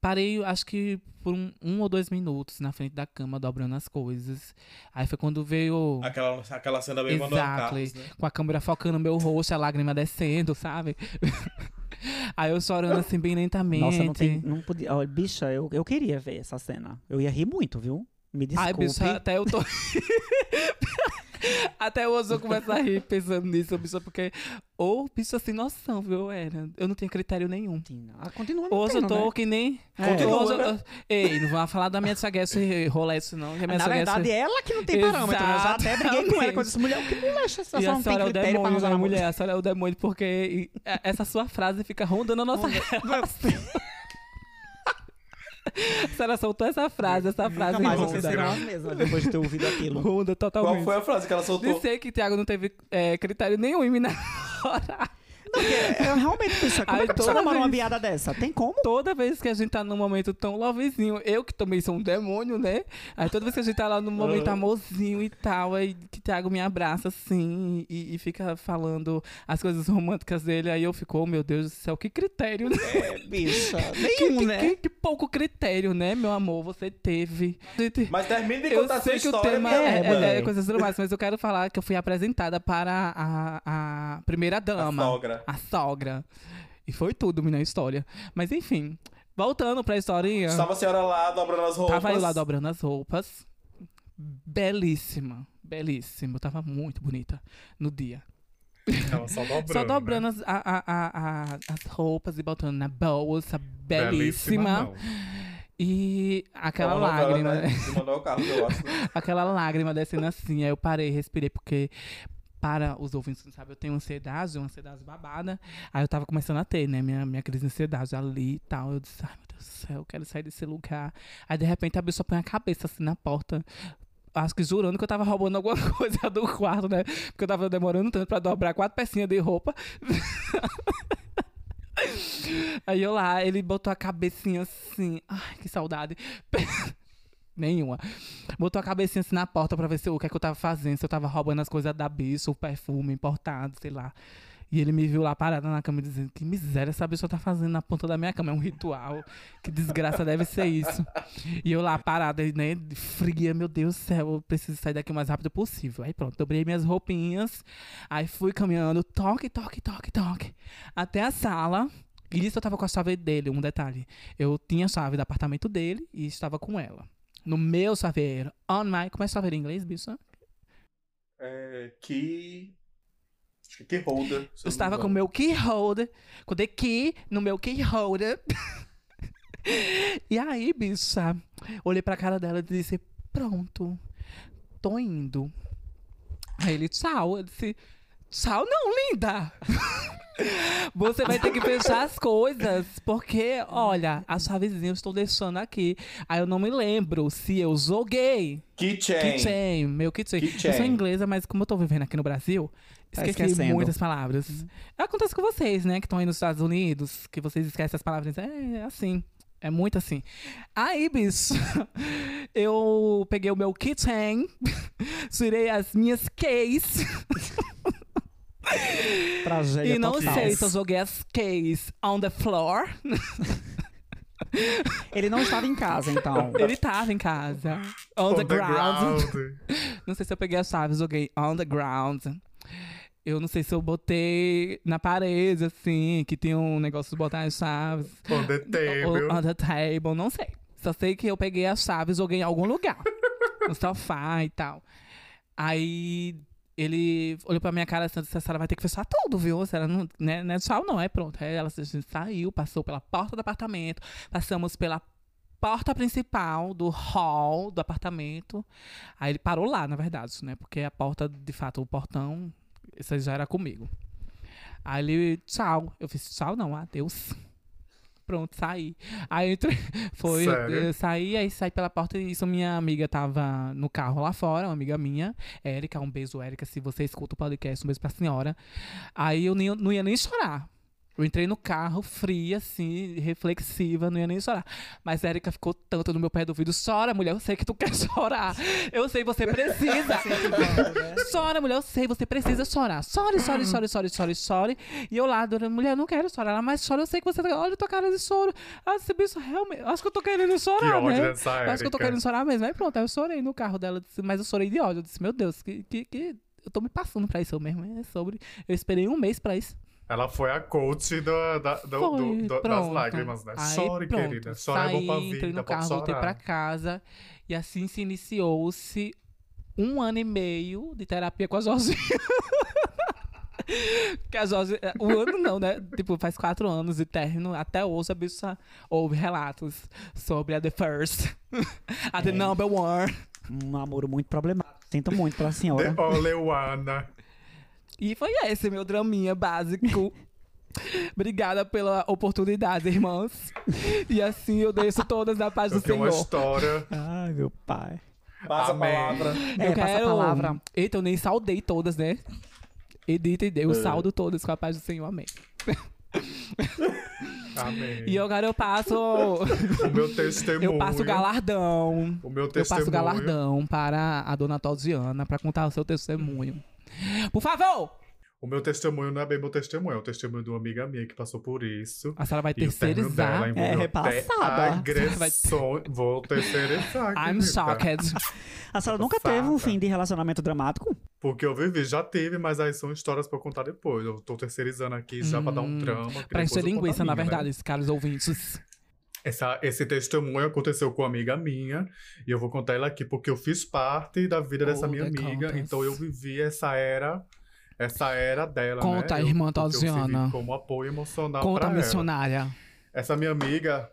Speaker 1: parei, acho que por um, um ou dois minutos na frente da cama, dobrando as coisas. Aí foi quando veio
Speaker 3: Aquela, aquela cena bem Manuel
Speaker 1: Exactly.
Speaker 3: Carlos, né?
Speaker 1: com a câmera focando no meu rosto, a lágrima descendo, sabe? Aí eu chorando assim bem lentamente.
Speaker 2: Nossa, não tem. Não podia. Ó, bicha, eu, eu queria ver essa cena. Eu ia rir muito, viu? Me desculpe.
Speaker 1: Ai, bicho, até eu tô. até hoje eu começo a rir pensando nisso, bicho, porque. Ou bicho sem noção, viu? Eu Era. Eu não tinha critério nenhum.
Speaker 2: Tina. Ah, continua não
Speaker 1: Hoje eu
Speaker 2: tendo,
Speaker 1: tô
Speaker 2: né?
Speaker 1: que nem.
Speaker 2: É.
Speaker 3: Continua,
Speaker 1: Hoje eu-
Speaker 3: né?
Speaker 1: Ei, não vá falar da minha sagueça e rolar isso, não. que a minha
Speaker 2: Na
Speaker 1: sagueça-
Speaker 2: verdade, ela que não tem parâmetro. né? Eu já até briguei com ela quando eu disse, mulher, o que me mexe? Essa
Speaker 1: e
Speaker 2: só
Speaker 1: a
Speaker 2: não Tá tem
Speaker 1: senhora é o
Speaker 2: critério pra
Speaker 1: demônio,
Speaker 2: arranjar
Speaker 1: né,
Speaker 2: na
Speaker 1: mulher? A senhora é o demônio, porque e- a- essa sua frase fica rondando a nossa. a senhora soltou essa frase, essa frase
Speaker 2: Nunca mais você
Speaker 1: ronda.
Speaker 2: será a mesma depois de ter ouvido aquilo.
Speaker 1: Ronda
Speaker 3: Qual
Speaker 1: totalmente.
Speaker 3: foi a frase que ela soltou?
Speaker 1: Disse que Thiago não teve é, critério nenhum em me namorar.
Speaker 2: Eu realmente, bicha, como
Speaker 1: Ai,
Speaker 2: é que a pessoa
Speaker 1: toda
Speaker 2: namora uma
Speaker 1: vez.
Speaker 2: viada dessa? Tem como?
Speaker 1: Toda vez que a gente tá num momento tão lovezinho, eu que também sou um demônio, né? Aí toda vez que a gente tá lá num momento amorzinho e tal, aí que Thiago me abraça assim e, e fica falando as coisas românticas dele, aí eu fico, oh, meu Deus do céu, que critério, né?
Speaker 2: Bicha,
Speaker 1: Que,
Speaker 3: um,
Speaker 2: nenhum,
Speaker 1: que-
Speaker 2: né?
Speaker 1: que- que pouco critério, né, meu amor? Você teve. Gente,
Speaker 3: Mas termine de
Speaker 1: eu
Speaker 3: contar sua
Speaker 1: sei que o
Speaker 3: história,
Speaker 1: tema
Speaker 3: minha
Speaker 1: é,
Speaker 3: égua.
Speaker 1: é- é coisas dramáticas, mas eu quero falar que eu fui apresentada para a, a primeira
Speaker 3: A
Speaker 1: dama.
Speaker 3: sogra.
Speaker 1: A sogra. E foi tudo, minha história. Mas enfim, voltando pra historinha.
Speaker 3: Estava a senhora lá dobrando as roupas.
Speaker 1: Tava eu lá dobrando as roupas. Belíssima. Belíssima. Eu tava muito bonita no dia.
Speaker 4: Ela só dobrando.
Speaker 1: Só dobrando
Speaker 4: né?
Speaker 1: as, a- a- a- a- as roupas e botando na bolsa. Belíssima.
Speaker 4: não.
Speaker 1: e aquela
Speaker 3: É uma novela,
Speaker 1: lágrima.
Speaker 3: né? De Manuel Carlos, eu acho.
Speaker 1: aquela lágrima descendo assim. Aí eu parei, respirei, porque para os ouvintes que não sabem, eu tenho ansiedade, uma ansiedade babada. Aí eu tava começando a ter, né, minha, minha crise de ansiedade ali e tal. Eu disse, ai meu Deus do céu, eu quero sair desse lugar. Aí de repente a pessoa põe a cabeça assim na porta. Acho que jurando que eu tava roubando alguma coisa do quarto, né? Porque eu tava demorando tanto pra dobrar quatro pecinhas de roupa. Aí eu lá, ele botou a cabecinha assim. Ai, que saudade. Nenhuma. Botou a cabecinha assim na porta pra ver se, o que é que eu tava fazendo, se eu tava roubando as coisas da bicha, o perfume importado, sei lá. E ele me viu lá parada na cama dizendo que miséria essa bicha tá fazendo na ponta da minha cama. É um ritual. Que desgraça deve ser isso. E eu lá parada, né? Fria, meu Deus do céu, eu preciso sair daqui o mais rápido possível. Aí pronto, dobrei minhas roupinhas. Aí fui caminhando, toque, toque, toque, toque. Até a sala. E isso eu tava com a chave dele, um detalhe. Eu tinha a chave do apartamento dele e estava com ela. No meu chaveiro, on my. Como é chaveiro em inglês, bicho?
Speaker 3: É, que... Acho que que holder. se eu
Speaker 1: Eu
Speaker 3: não
Speaker 1: estava
Speaker 3: me
Speaker 1: com o
Speaker 3: engano.
Speaker 1: meu key holder. Com the key no meu key holder. e aí, bicha, olhei pra cara dela e disse: Pronto, tô indo. Aí ele, tchau. Eu disse: Tchau, não, linda. Você vai ter que fechar as coisas, porque, olha, a chavezinha eu estou deixando aqui. Aí eu não me lembro se eu joguei.
Speaker 3: Kitchen.
Speaker 1: Kitchen, meu kitchen.
Speaker 3: Kitchen.
Speaker 1: Eu sou inglesa, mas como eu tô vivendo aqui no Brasil,
Speaker 2: Tá
Speaker 1: esqueci
Speaker 2: esquecendo.
Speaker 1: muitas palavras. Acontece com vocês, né, que estão aí nos Estados Unidos, que vocês esquecem as palavras. É, é assim. É muito assim. Aí, bicho, eu peguei o meu kitchen, tirei as minhas keys
Speaker 2: Tragédia
Speaker 1: e não
Speaker 2: total.
Speaker 1: sei se eu joguei as keys on the floor.
Speaker 2: Ele não estava em casa, então.
Speaker 1: Ele tava em casa. On the ground. Não sei se eu peguei as chaves, joguei on the ground. Eu não sei se eu botei na parede, assim, que tem um negócio de botar as chaves.
Speaker 4: On the
Speaker 1: Ou
Speaker 4: table.
Speaker 1: on the table, não sei. Só sei que eu peguei as chaves e joguei em algum lugar. no sofá e tal. Aí ele olhou pra minha cara assim, disse, a senhora vai ter que fechar tudo, viu? A senhora não, né, não é tchau não, é pronto. Aí ela assim, saiu, passou pela porta do apartamento, passamos pela porta principal do hall do apartamento. Aí ele parou lá, na verdade, né? Porque a porta, de fato, o portão, isso aí já era comigo. Aí ele, tchau. Eu fiz, tchau não, adeus. Pronto, saí. Aí eu entrei, foi,
Speaker 4: Sério?
Speaker 1: eu saí, aí saí pela porta e isso minha amiga tava no carro lá fora, uma amiga minha, Érica, um beijo, Érica, se você escuta o podcast, um beijo pra senhora. Aí eu nem, não ia nem chorar. Eu entrei no carro fria, assim, reflexiva, não ia nem chorar. Mas a Erika ficou tanto no meu pé do ouvido. Chora, mulher, eu sei que tu quer chorar. Eu sei, você precisa. chora, mulher, eu sei, você precisa chorar. Chore, chore, chore, chore, chore, chore. E eu lá, durante, mulher, eu não quero chorar. Ela, mas chora, eu sei que você... tá, Olha a tua cara de choro. Ah, esse bicho, realmente... Acho que eu tô querendo
Speaker 4: Que
Speaker 1: chorar,
Speaker 4: ódio
Speaker 1: né?
Speaker 4: dessa
Speaker 1: Acho que eu tô
Speaker 4: Érica.
Speaker 1: querendo chorar mesmo. Aí pronto, aí eu chorei no carro dela, disse- mas eu chorei de ódio. Eu disse, meu Deus, que, que, que- eu tô me passando pra isso mesmo. É sobre. Eu esperei um mês pra isso.
Speaker 4: Ela foi a coach da, da- do-
Speaker 1: Foi,
Speaker 4: do- do- das
Speaker 1: pronto.
Speaker 4: lágrimas, né?
Speaker 1: Aí,
Speaker 4: Chore,
Speaker 1: pronto,
Speaker 4: querida. Chora é bom pra
Speaker 1: saí,
Speaker 4: vida.
Speaker 1: Entrei no
Speaker 4: pode
Speaker 1: carro, voltei
Speaker 4: chorar.
Speaker 1: pra casa. E assim se iniciou-se um ano e meio de terapia com a Jorginha. Porque a Jorge, o ano não, né? Tipo, faz quatro anos de término. Até hoje a bicha ouve relatos sobre a The First, a The
Speaker 2: É.
Speaker 1: Number One.
Speaker 2: Um namoro muito problemático. Sinto muito assim, pela senhora.
Speaker 1: Né?
Speaker 4: The only one.
Speaker 1: E foi esse meu draminha básico. Obrigada pela oportunidade, irmãs. E assim eu deixo todas na paz do
Speaker 4: Eu tenho uma
Speaker 1: Senhor.
Speaker 4: história.
Speaker 2: Ai, meu pai.
Speaker 3: Passa
Speaker 4: Amém.
Speaker 3: a palavra.
Speaker 2: É, passa a palavra.
Speaker 1: Eita, eu nem saudei todas, né? Edita e deu,
Speaker 4: É.
Speaker 1: saldo todas com a paz do Senhor, amém.
Speaker 4: Amém.
Speaker 1: E agora eu passo.
Speaker 4: O meu testemunho.
Speaker 1: eu passo galardão.
Speaker 4: O meu
Speaker 1: Eu
Speaker 4: testemunho.
Speaker 1: passo galardão para a dona Tosiana para contar o seu testemunho. Por favor!
Speaker 4: O meu testemunho não é bem meu testemunho, é o testemunho de uma amiga minha que passou por isso.
Speaker 1: A senhora vai
Speaker 4: E o término dela
Speaker 1: É terceirizar.
Speaker 4: envolveu
Speaker 2: É,
Speaker 4: te-
Speaker 2: repassada.
Speaker 4: Agressões. Vou terceirizar. tá?
Speaker 1: I'm
Speaker 4: querida.
Speaker 1: shocked.
Speaker 2: A senhora
Speaker 4: Tô
Speaker 2: nunca teve um
Speaker 4: farta.
Speaker 2: fim de relacionamento dramático?
Speaker 4: Porque eu vivi, já teve, mas aí são histórias pra eu contar depois. Eu tô terceirizando aqui já pra dar
Speaker 1: Hum,
Speaker 4: um trama. que
Speaker 1: Pra
Speaker 4: depois eu
Speaker 1: encher
Speaker 4: conto a
Speaker 1: linguiça, na
Speaker 4: minha, né?
Speaker 1: verdade, esses caros ouvintes.
Speaker 4: Essa- esse testemunho aconteceu com uma amiga minha, e eu vou contar ela aqui porque eu fiz parte da vida dessa
Speaker 1: Oh,
Speaker 4: minha
Speaker 1: the
Speaker 4: amiga,
Speaker 1: contest.
Speaker 4: então eu vivi essa era, essa era dela,
Speaker 1: Conta,
Speaker 4: né? Eu-
Speaker 1: irmã
Speaker 4: porque eu servi
Speaker 1: Tosiana.
Speaker 4: como apoio emocional
Speaker 1: Conta
Speaker 4: pra
Speaker 1: a
Speaker 4: ela.
Speaker 1: missionária.
Speaker 4: Essa minha amiga,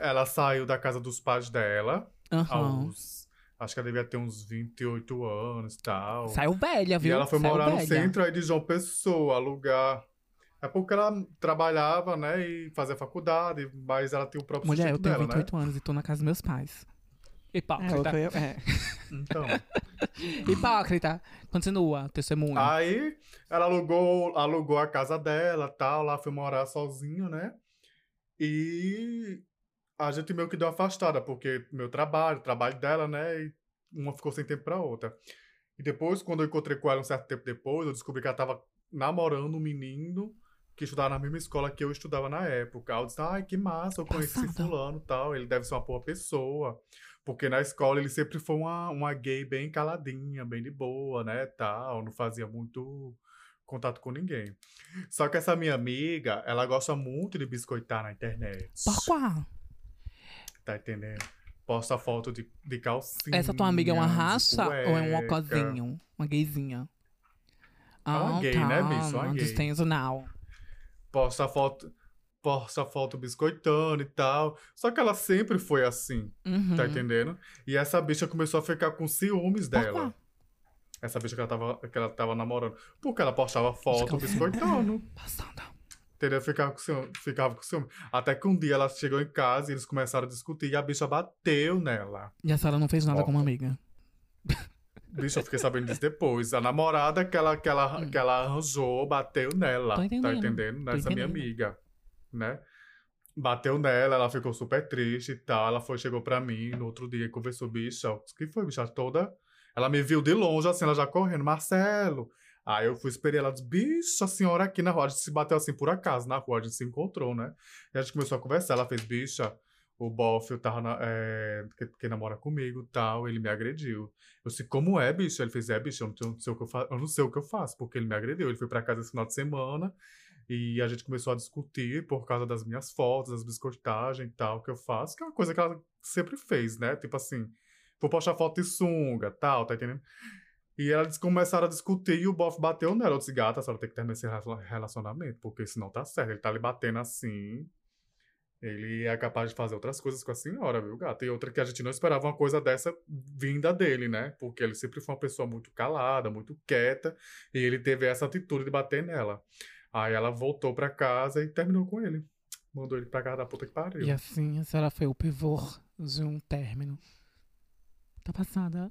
Speaker 4: ela saiu da casa dos pais dela
Speaker 1: Aham.
Speaker 4: aos acho que ela devia ter uns 28 anos, e tal.
Speaker 1: Saiu velha,
Speaker 4: E
Speaker 1: viu?
Speaker 4: ela foi
Speaker 1: Saiu
Speaker 4: morar no
Speaker 1: velha.
Speaker 4: centro aí de João Pessoa, alugar. É porque ela trabalhava, né, e fazia faculdade, mas ela tem o próprio
Speaker 1: Mulher, eu
Speaker 4: sustento
Speaker 1: tenho
Speaker 4: dela, né?
Speaker 1: 28 anos e tô na casa dos meus pais.
Speaker 2: É, eu,
Speaker 1: Hipócrita.
Speaker 2: eu- é.
Speaker 4: Então,
Speaker 1: Hipócrita. Continua, testemunho.
Speaker 4: aí ela alugou, alugou a casa dela, tal, lá foi morar sozinho, né? E a gente meio que deu afastada, porque meu trabalho, trabalho dela, né? E uma ficou sem tempo pra outra. E depois, quando eu encontrei com ela um certo tempo depois, eu descobri que ela tava namorando um menino que estudava na mesma escola que eu estudava na época. Aí Eu disse, ai, que massa, eu conheci esse
Speaker 1: Passada.
Speaker 4: fulano e tal, ele deve ser uma boa pessoa. Porque na escola ele sempre foi uma, uma gay bem caladinha, bem de boa, né, tal, não fazia muito contato com ninguém. Só que essa minha amiga, ela gosta muito de biscoitar na internet.
Speaker 1: Porquá.
Speaker 4: Tá entendendo? Posta foto de, de calcinha.
Speaker 1: Essa tua amiga é uma
Speaker 4: de
Speaker 1: raça ou é um
Speaker 4: cueca.
Speaker 1: ocozinho? Uma gayzinha?
Speaker 4: uma
Speaker 1: Ah,
Speaker 4: gay,
Speaker 1: tá.
Speaker 4: né, bicho? Uma gay.
Speaker 1: Understand now.
Speaker 4: Posta foto, posta foto biscoitando e tal. Só que ela sempre foi assim,
Speaker 1: Uhum.
Speaker 4: tá entendendo? E essa bicha começou a ficar com ciúmes dela.
Speaker 1: Opa.
Speaker 4: Essa bicha que ela, tava, que ela tava namorando. Porque ela postava foto
Speaker 1: Descalça.
Speaker 4: biscoitando.
Speaker 1: Passando.
Speaker 4: Entendeu? Ficava com, ciúme, ficava com ciúme. Até que um dia ela chegou em casa e eles começaram a discutir e a bicha bateu nela.
Speaker 1: E a senhora não fez nada
Speaker 3: Ó.
Speaker 1: com uma amiga.
Speaker 4: Bicho, eu fiquei sabendo disso depois. A namorada que ela, que ela, que ela arranjou bateu nela.
Speaker 1: Hum. Tô
Speaker 4: Tá
Speaker 1: entendendo.
Speaker 4: entendendo? Nessa minha
Speaker 1: entendendo.
Speaker 4: amiga, né? Bateu nela, ela ficou super triste e tal. Ela foi, chegou pra mim no outro dia e conversou, bicha. O que foi, bicha? Toda. Ela me viu de longe, assim, ela já correndo, Marcelo. Aí eu fui esperei ela, disse, bicho, a senhora aqui na rua. A gente se bateu assim por acaso na rua, a gente se encontrou, né? E a gente começou a conversar. Ela fez, bicha, o bofe eu tava na, é, que, que namora comigo tal, ele me agrediu. Eu disse, como é, bicho? Ele fez, é, bicho, eu não, tenho- não sei o que eu fa- eu não sei o que eu faço, porque ele me agrediu. Ele foi pra casa esse final de semana e a gente começou a discutir por causa das minhas fotos, das minhas postagens e tal, que eu faço, que é uma coisa que ela sempre fez, né? Tipo assim, vou postar foto de sunga, tal, tá entendendo? E elas começaram a discutir e o bofe bateu nela. Eu disse, gata, a senhora tem que terminar esse rela- relacionamento, porque isso não tá certo. Ele tá lhe batendo assim. Ele é capaz de fazer outras coisas com a senhora, viu, gata? E outra que a gente não esperava uma coisa dessa vinda dele, né? Porque ele sempre foi uma pessoa muito calada, muito quieta, e ele teve essa atitude de bater nela. Aí ela voltou pra casa e terminou com ele. Mandou ele pra casa da puta que pariu.
Speaker 1: E assim a senhora foi o pivô de um término. Tá passada.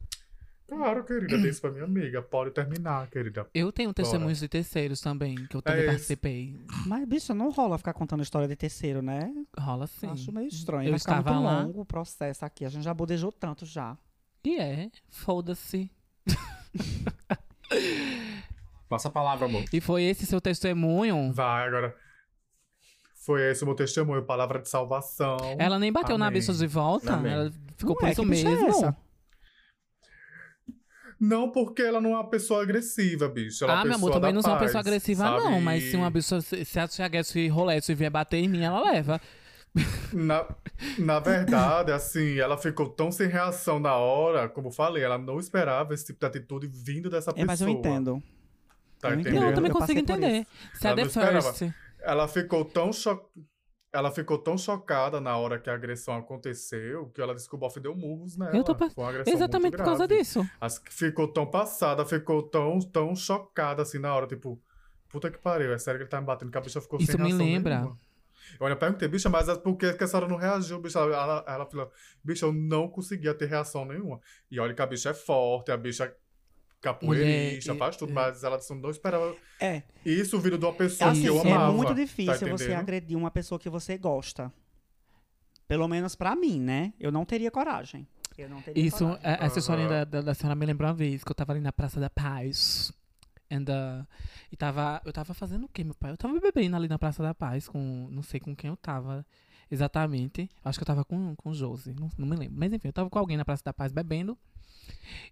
Speaker 4: Claro, querida, dei isso pra minha amiga. Pode terminar, querida.
Speaker 1: Eu tenho testemunhos de terceiros também, que eu também
Speaker 4: É esse.
Speaker 1: participei.
Speaker 2: Mas, bicho, não rola ficar contando história de terceiro, né?
Speaker 1: Rola assim. sim.
Speaker 2: Acho meio estranho.
Speaker 1: Eu
Speaker 2: Vai ficar
Speaker 1: estava
Speaker 2: muito
Speaker 1: lá.
Speaker 2: longo o processo aqui. A gente já bodejou tanto já.
Speaker 1: E é, foda-se.
Speaker 3: Passa a palavra, amor.
Speaker 1: E foi esse seu testemunho?
Speaker 4: Vai, agora. Foi esse o meu testemunho, palavra de salvação.
Speaker 1: Ela nem bateu na
Speaker 4: Amém.
Speaker 1: bicha de volta?
Speaker 3: Amém.
Speaker 1: Ela ficou
Speaker 2: Ué,
Speaker 1: por isso
Speaker 2: que bicha é
Speaker 1: mesmo?
Speaker 2: essa?
Speaker 4: Não porque ela não é uma pessoa agressiva, bicho. Ela é
Speaker 1: ah,
Speaker 4: uma
Speaker 1: meu amor,
Speaker 4: pessoa
Speaker 1: também
Speaker 4: da
Speaker 1: não sou uma
Speaker 4: paz,
Speaker 1: pessoa agressiva,
Speaker 4: sabe?
Speaker 1: não. Mas se uma bicha se, se a Tiaguete rolete e vier bater em mim, ela leva.
Speaker 4: Na, na verdade, assim, ela ficou tão sem reação na hora, como eu falei, ela não esperava esse tipo de atitude vindo dessa
Speaker 2: É,
Speaker 4: pessoa.
Speaker 2: mas eu entendo.
Speaker 4: Tá
Speaker 2: eu entendo.
Speaker 1: Não,
Speaker 4: entendendo?
Speaker 1: eu também
Speaker 2: Eu
Speaker 1: consigo
Speaker 2: passei por
Speaker 1: entender. Se é
Speaker 4: Ela
Speaker 1: The
Speaker 4: não esperava.
Speaker 1: First.
Speaker 4: Ela ficou tão cho... Ela ficou tão chocada na hora que a agressão aconteceu que ela disse que o bofe deu murros nela.
Speaker 1: Eu tô pa-
Speaker 4: Foi né, uma agressão muito
Speaker 1: Exatamente por causa
Speaker 4: grave.
Speaker 1: disso.
Speaker 4: As que ficou tão passada, ficou tão, tão chocada assim na hora, tipo, puta que pariu, é sério que ele tá me batendo, que a bicha ficou
Speaker 1: Isso
Speaker 4: sem
Speaker 1: me
Speaker 4: reação
Speaker 1: lembra.
Speaker 4: nenhuma. Eu ainda perguntei, bicha, mas é por que que a senhora não reagiu, bicha? Ela, ela, ela falou, bicha, eu não conseguia ter reação nenhuma. E olha que a bicha é forte, a bicha é capoeirista,
Speaker 1: Mulher, é-
Speaker 4: faz tudo,
Speaker 1: é.
Speaker 4: mas ela disse, não esperava.
Speaker 2: É,
Speaker 4: Isso vindo de uma pessoa
Speaker 2: assim,
Speaker 4: que eu
Speaker 1: Isso
Speaker 2: é
Speaker 4: amava.
Speaker 2: muito
Speaker 4: tá
Speaker 2: difícil
Speaker 4: entendendo?
Speaker 2: você agredir uma pessoa que você gosta. Pelo menos pra mim, né? Eu não teria coragem. Eu não teria
Speaker 1: Isso,
Speaker 2: coragem.
Speaker 1: é- essa história
Speaker 4: Aham.
Speaker 1: da, da, da senhora me lembrou uma vez que eu tava ali na Praça da Paz. And, uh, e tava, eu tava fazendo o quê, meu pai? Eu tava bebendo ali na Praça da Paz com. Não sei com quem eu tava exatamente. Acho que eu tava com, com o Josi, não, não me lembro. Mas enfim, eu tava com alguém na Praça da Paz bebendo.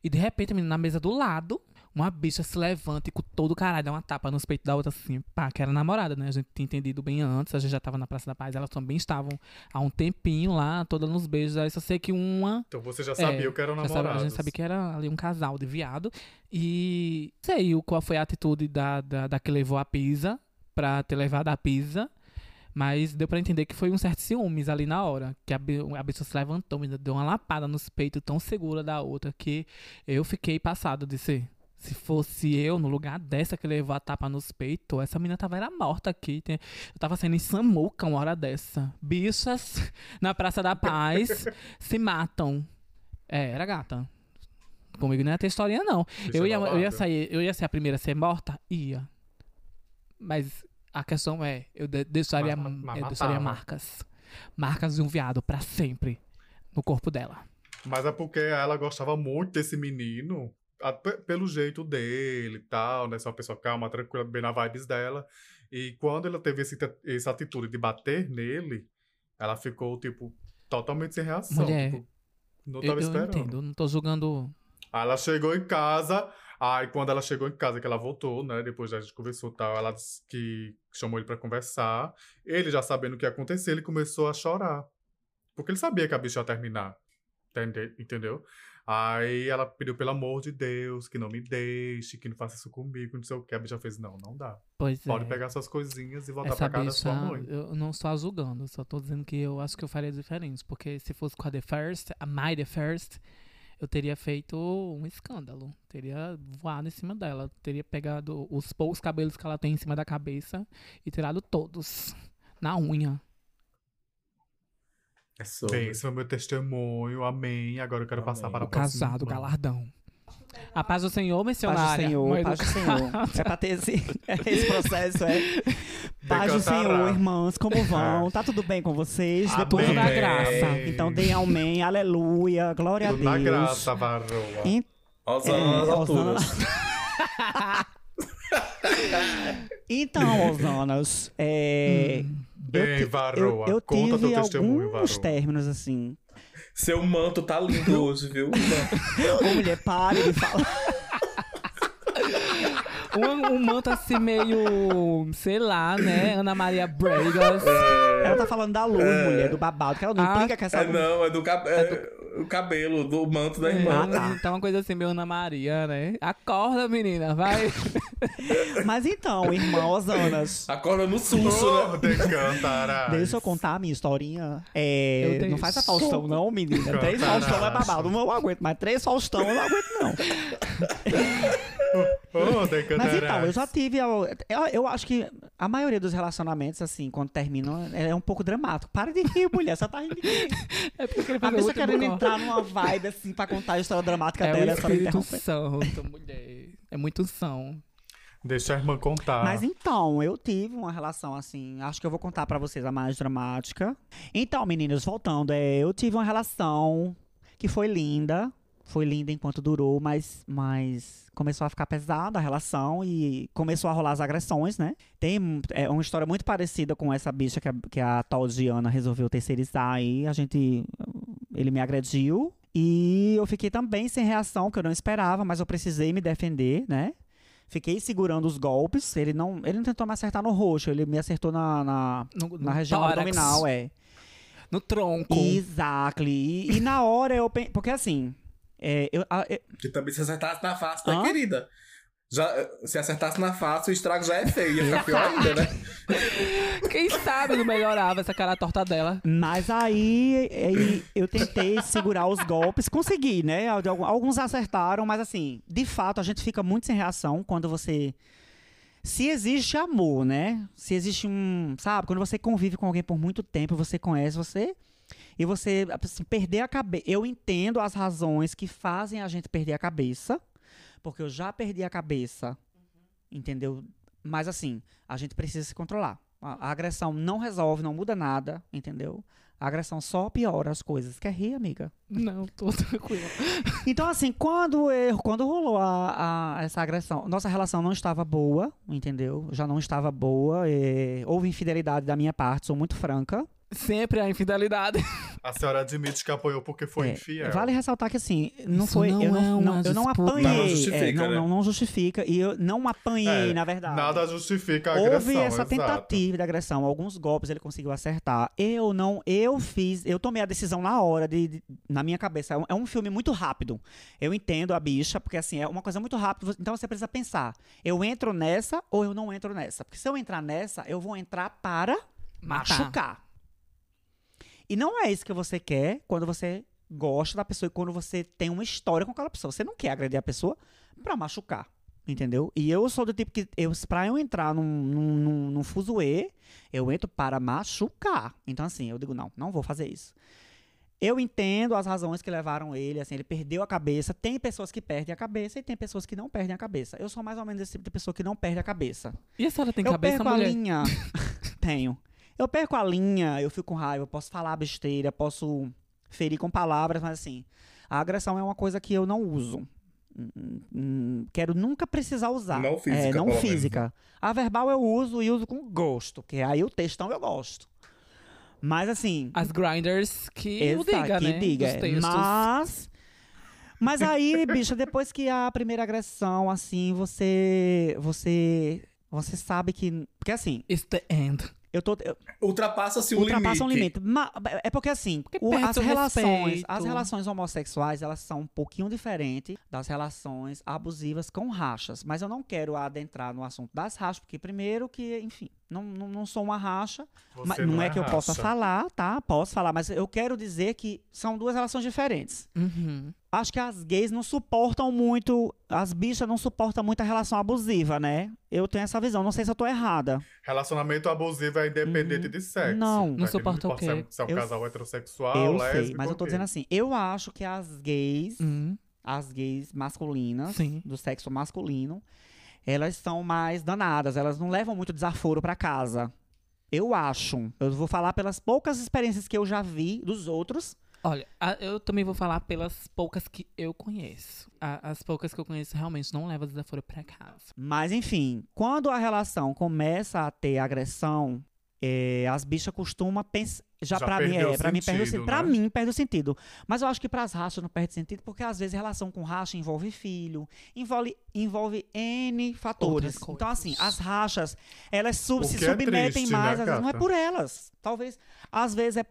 Speaker 1: E de repente, menina, na mesa do lado, uma bicha se levanta e com todo o caralho dá uma tapa nos peitos da outra, assim, pá, que era namorada, né? A gente tinha entendido bem antes, a gente já tava na Praça da Paz, elas também estavam há um tempinho lá, todas nos beijos. Aí só sei que uma
Speaker 4: Então você já sabia
Speaker 1: É,
Speaker 4: que era
Speaker 1: já sabe-
Speaker 4: namorado.
Speaker 1: a gente sabia que era ali um casal de viado. E sei o- qual foi a atitude da, da, da que levou a pizza pra ter levado a pizza. Mas deu pra entender que foi um certo ciúmes ali na hora. Que a, bi- a bicha se levantou, me deu uma lapada nos peitos tão segura da outra que eu fiquei passado de ser. Se fosse eu no lugar dessa que levou a tapa nos peitos, essa menina tava era morta aqui. tem- Eu tava sendo em Samuca uma hora dessa. Bichas na Praça da Paz se matam. É, era gata. Comigo não ia ter historinha, não.
Speaker 4: Bicha
Speaker 1: Eu ia, eu ia
Speaker 4: babada.
Speaker 1: sair, eu ia ser a primeira a ser morta? Ia. Mas a questão é, eu de- deixaria,
Speaker 4: Mas- mas
Speaker 1: eu deixaria
Speaker 4: matava.
Speaker 1: marcas. Marcas de um viado pra sempre no corpo dela.
Speaker 4: Mas é porque ela gostava muito desse menino, a- pe- pelo jeito dele e tal, né? Só uma pessoa calma, tranquila, bem na vibes dela. E quando ela teve esse, te- essa atitude de bater nele, ela ficou, tipo, totalmente sem reação.
Speaker 1: Mulher,
Speaker 4: tipo, não
Speaker 1: Eu,
Speaker 4: tava
Speaker 1: eu
Speaker 4: esperando.
Speaker 1: entendo, eu não tô julgando.
Speaker 4: Aí ela chegou em casa, aí quando ela chegou em casa, que ela voltou, né? Depois a gente conversou e tal, ela disse que chamou ele pra conversar. Ele já sabendo o que ia acontecer, ele começou a chorar. Porque ele sabia que a bicha ia terminar. Entende- Entendeu? Aí ela pediu, pelo amor de Deus, que não me deixe, que não faça isso comigo, não sei o que. A bicha fez, não, não dá.
Speaker 1: Pois
Speaker 4: Pode
Speaker 1: é.
Speaker 4: pegar suas coisinhas e voltar
Speaker 1: Essa
Speaker 4: pra casa da sua
Speaker 1: bicha,
Speaker 4: mãe.
Speaker 1: eu não estou a julgando, eu só tô dizendo que eu acho que eu faria diferente. Porque se fosse com a The First, a My The First, eu teria feito um escândalo. Teria voado em cima dela. Teria pegado os poucos cabelos que ela tem em cima da cabeça e tirado todos. Na unha.
Speaker 3: É sobre.
Speaker 4: Bem, esse foi meu testemunho. Amém. Agora eu quero
Speaker 3: Amém.
Speaker 4: passar para a
Speaker 1: O casado, o
Speaker 4: próxima.
Speaker 1: galardão. A paz do Senhor,
Speaker 2: Paz do
Speaker 1: missionária.
Speaker 2: Senhor,
Speaker 1: Mãe do
Speaker 2: paz do Senhor. É pra ter esse, esse processo, é. Paz do
Speaker 4: Decantará.
Speaker 2: Senhor, irmãs, como vão? Tá tudo bem com vocês? Depois
Speaker 1: É. Amém.
Speaker 2: da
Speaker 1: da graça.
Speaker 2: Então deem amém, aleluia, glória a
Speaker 4: Tudo
Speaker 2: Deus.
Speaker 4: na graça, varoa.
Speaker 2: Em-
Speaker 3: Osana nas
Speaker 2: É, Osana.
Speaker 3: alturas.
Speaker 2: Então, Osanas, é,
Speaker 4: Bem,
Speaker 2: eu,
Speaker 4: Hum. varoa.
Speaker 2: eu
Speaker 4: Conta
Speaker 2: tive
Speaker 4: teu testemunho,
Speaker 2: alguns
Speaker 4: varoa.
Speaker 2: términos assim.
Speaker 3: Seu manto tá lindo hoje, viu?
Speaker 2: Ô, mulher, pare de falar.
Speaker 1: Um, um manto assim meio, sei lá, né? Ana Maria Bregas.
Speaker 2: Ela tá falando da luz,
Speaker 4: É.
Speaker 2: mulher, do babado, que ela não
Speaker 1: Ah,
Speaker 2: implica com essa
Speaker 3: É,
Speaker 2: luz.
Speaker 3: não, é do cab- é o cabelo, do manto da irmã.
Speaker 1: É, Então, uma coisa assim, meio Ana Maria, né? Acorda, menina, vai.
Speaker 2: Mas então, irmã Osanas,
Speaker 3: Acorda no susto, né?
Speaker 4: Oh, decantarás.
Speaker 2: Deixa eu contar a minha historinha. É,
Speaker 1: Eu dei
Speaker 2: não faz a Faustão,
Speaker 1: soco.
Speaker 2: não, menina.
Speaker 4: Canta
Speaker 2: Três Faustão é
Speaker 4: nada.
Speaker 2: babado. Não aguento, mas três Faustão eu não aguento, não.
Speaker 4: Oh,
Speaker 2: Mas
Speaker 4: decantarás.
Speaker 2: então, eu já tive. Eu, eu- eu acho que a maioria dos relacionamentos, assim, quando terminam, é um pouco dramático. Para de rir, mulher. Você tá rindo. de quê?
Speaker 1: É porque eu queria
Speaker 2: A
Speaker 1: fazer o
Speaker 2: pessoa
Speaker 1: último
Speaker 2: querendo
Speaker 1: corte.
Speaker 2: entrar numa vibe, assim, pra contar a história dramática
Speaker 1: É o
Speaker 2: dela. só me
Speaker 1: Espírito
Speaker 2: interrompe.
Speaker 1: Santo, mulher. É muito são.
Speaker 4: Deixa a irmã contar.
Speaker 2: Mas então, eu tive uma relação assim. Acho que eu vou contar pra vocês a mais dramática. Então, meninos, voltando, é, eu tive uma relação que foi linda. Foi linda enquanto durou, mas, mas começou a ficar pesada a relação e começou a rolar as agressões, né? Tem é, uma história muito parecida com essa bicha que a, que a tal Diana resolveu terceirizar aí. A gente. Ele me agrediu. E eu fiquei também sem reação, que eu não esperava, mas eu precisei me defender, né? Fiquei segurando os golpes. Ele não, ele não tentou me acertar no roxo, ele me acertou na, na,
Speaker 1: No,
Speaker 2: na região
Speaker 1: tórax,
Speaker 2: abdominal, é.
Speaker 1: No tronco.
Speaker 2: Exactly. E, e na hora eu pensei. Porque assim. é, eu, a- eu-
Speaker 3: Que também se acertasse na face, né,
Speaker 2: Hã?
Speaker 3: querida? Já, eh, se acertasse na face, o estrago já é feio. Ia ficar pior ainda, né?
Speaker 1: Quem sabe não melhorava essa cara torta dela.
Speaker 2: mas aí é, e eu tentei segurar os golpes, consegui, né? Algu- Alguns acertaram, mas assim, de fato, a gente fica muito sem reação quando você. Se existe amor, né? Se existe um. Sabe? Quando você convive com alguém por muito tempo, você conhece, você. E você, assim, perder a cabeça. Eu entendo as razões que fazem a gente perder a cabeça, porque eu já perdi a cabeça. Entendeu? Mas, assim, a gente precisa se controlar.
Speaker 1: Uhum.
Speaker 2: A, a agressão não resolve, não muda nada, entendeu? A agressão só piora as coisas. Quer rir, amiga?
Speaker 1: Não, tô tranquila.
Speaker 2: Então, assim, quando, eu- quando rolou a, a- essa agressão, nossa relação não estava boa, entendeu? Já não estava boa. eh, houve infidelidade da minha parte, sou muito franca.
Speaker 1: Sempre a infidelidade.
Speaker 4: A senhora admite que apoiou porque foi
Speaker 2: É,
Speaker 4: infiel.
Speaker 2: Vale ressaltar que assim, não
Speaker 1: Isso
Speaker 2: foi.
Speaker 1: não
Speaker 2: eu,
Speaker 1: é
Speaker 2: não,
Speaker 1: uma
Speaker 2: não- eu não
Speaker 1: disputa.
Speaker 2: apanhei.
Speaker 3: Não, não
Speaker 2: é,
Speaker 3: justifica,
Speaker 2: não,
Speaker 3: né?
Speaker 2: não- não justifica. E eu não apanhei,
Speaker 4: É,
Speaker 2: na verdade.
Speaker 4: Nada justifica a
Speaker 2: Houve
Speaker 4: agressão.
Speaker 2: essa
Speaker 4: exato.
Speaker 2: tentativa de agressão, alguns golpes ele conseguiu acertar. Eu não, eu fiz, eu tomei a decisão na hora, de, de- na minha cabeça. É um, é um filme muito rápido. Eu entendo a bicha, porque assim, é uma coisa muito rápida, então você precisa pensar. Eu entro nessa ou eu não entro nessa? Porque se eu entrar nessa, eu vou entrar para
Speaker 1: Matar.
Speaker 2: machucar. E não é isso que você quer quando você gosta da pessoa e quando você tem uma história com aquela pessoa. Você não quer agredir a pessoa pra machucar. Entendeu? E eu sou do tipo que, eu, pra eu entrar num, num, num, num fuzuê, eu entro para machucar. Então, assim, eu digo, não, não vou fazer isso. Eu entendo as razões que levaram ele, assim, ele perdeu a cabeça. Tem pessoas que perdem a cabeça e tem pessoas que não perdem a cabeça. Eu sou mais ou menos esse tipo de pessoa que não perde a cabeça
Speaker 1: E a senhora tem
Speaker 2: eu
Speaker 1: cabeça,
Speaker 2: perco a
Speaker 1: mulher?
Speaker 2: linha. Tenho. Eu perco a linha, eu fico com raiva, eu posso falar besteira, posso ferir com palavras, mas assim, a agressão é uma coisa que eu não uso. Hum, hum, Quero nunca precisar usar.
Speaker 3: Não física,
Speaker 2: É, não
Speaker 3: pelo menos.
Speaker 2: física. A verbal eu uso e uso com gosto, que aí o textão eu gosto. Mas assim,
Speaker 1: As grinders que o
Speaker 2: Exato,
Speaker 1: diga,
Speaker 2: que
Speaker 1: né?
Speaker 2: diga.
Speaker 1: Os textos.
Speaker 2: Mas. Mas aí, bicha, depois que a primeira agressão, assim, você. Você. Você sabe que. Porque assim,
Speaker 1: It's the end.
Speaker 2: eu tô. Eu,
Speaker 3: Ultrapassa-se o
Speaker 2: ultrapassa um limite.
Speaker 3: limite.
Speaker 2: Ma- É porque assim,
Speaker 1: Porque
Speaker 2: o-
Speaker 1: perde
Speaker 2: as
Speaker 1: o
Speaker 2: relações,
Speaker 1: respeito.
Speaker 2: as relações homossexuais, elas são um pouquinho diferentes das relações abusivas com rachas. Mas eu não quero adentrar no assunto das rachas, porque primeiro que, enfim, Não, não, não sou uma racha.
Speaker 4: Você
Speaker 2: mas não, é, que eu possa
Speaker 4: raça.
Speaker 2: falar, tá? Posso falar, mas eu quero dizer que são duas relações diferentes.
Speaker 1: Uhum.
Speaker 2: Acho que as gays não suportam muito, as bichas não suportam muito a relação abusiva, né? Eu tenho essa visão, não sei se eu tô errada.
Speaker 4: Relacionamento abusivo é independente de sexo.
Speaker 2: Hum, Não.
Speaker 4: Pra
Speaker 1: Não
Speaker 4: quem
Speaker 1: suporta o
Speaker 4: importa se é-
Speaker 1: quê?
Speaker 4: Se é um
Speaker 2: Eu-
Speaker 4: casal heterossexual,
Speaker 2: eu
Speaker 4: lésbico.
Speaker 2: sei, mas eu tô
Speaker 4: ok.
Speaker 2: dizendo assim, eu acho que as gays,
Speaker 1: Hum,
Speaker 2: as gays masculinas,
Speaker 1: Sim.
Speaker 2: do sexo masculino, elas são mais danadas, elas não levam muito desaforo pra casa. Eu acho. Eu vou falar pelas poucas experiências que eu já vi dos outros.
Speaker 1: Olha, a- eu também vou falar pelas poucas que eu conheço. A- as poucas que eu conheço realmente não levam desaforo pra casa.
Speaker 2: Mas enfim, quando a relação começa a ter agressão, eh, as bichas costumam pensar. Já,
Speaker 4: Já
Speaker 2: pra mim,
Speaker 4: perdeu
Speaker 2: é,
Speaker 4: o
Speaker 2: pra mim perde o
Speaker 4: sentido,
Speaker 2: sentido. Pra
Speaker 4: né?
Speaker 2: mim perde o sentido. Mas eu acho que pras raças não perde sentido, porque às vezes relação com racha envolve filho, envolve, envolve N
Speaker 1: Outras
Speaker 2: fatores. Então,
Speaker 1: coisas.
Speaker 2: assim, as rachas, elas sub-
Speaker 4: O
Speaker 2: se
Speaker 4: que é
Speaker 2: submetem
Speaker 4: triste, né,
Speaker 2: mais, às vezes não é
Speaker 4: gata?
Speaker 2: por elas. Talvez, às vezes é.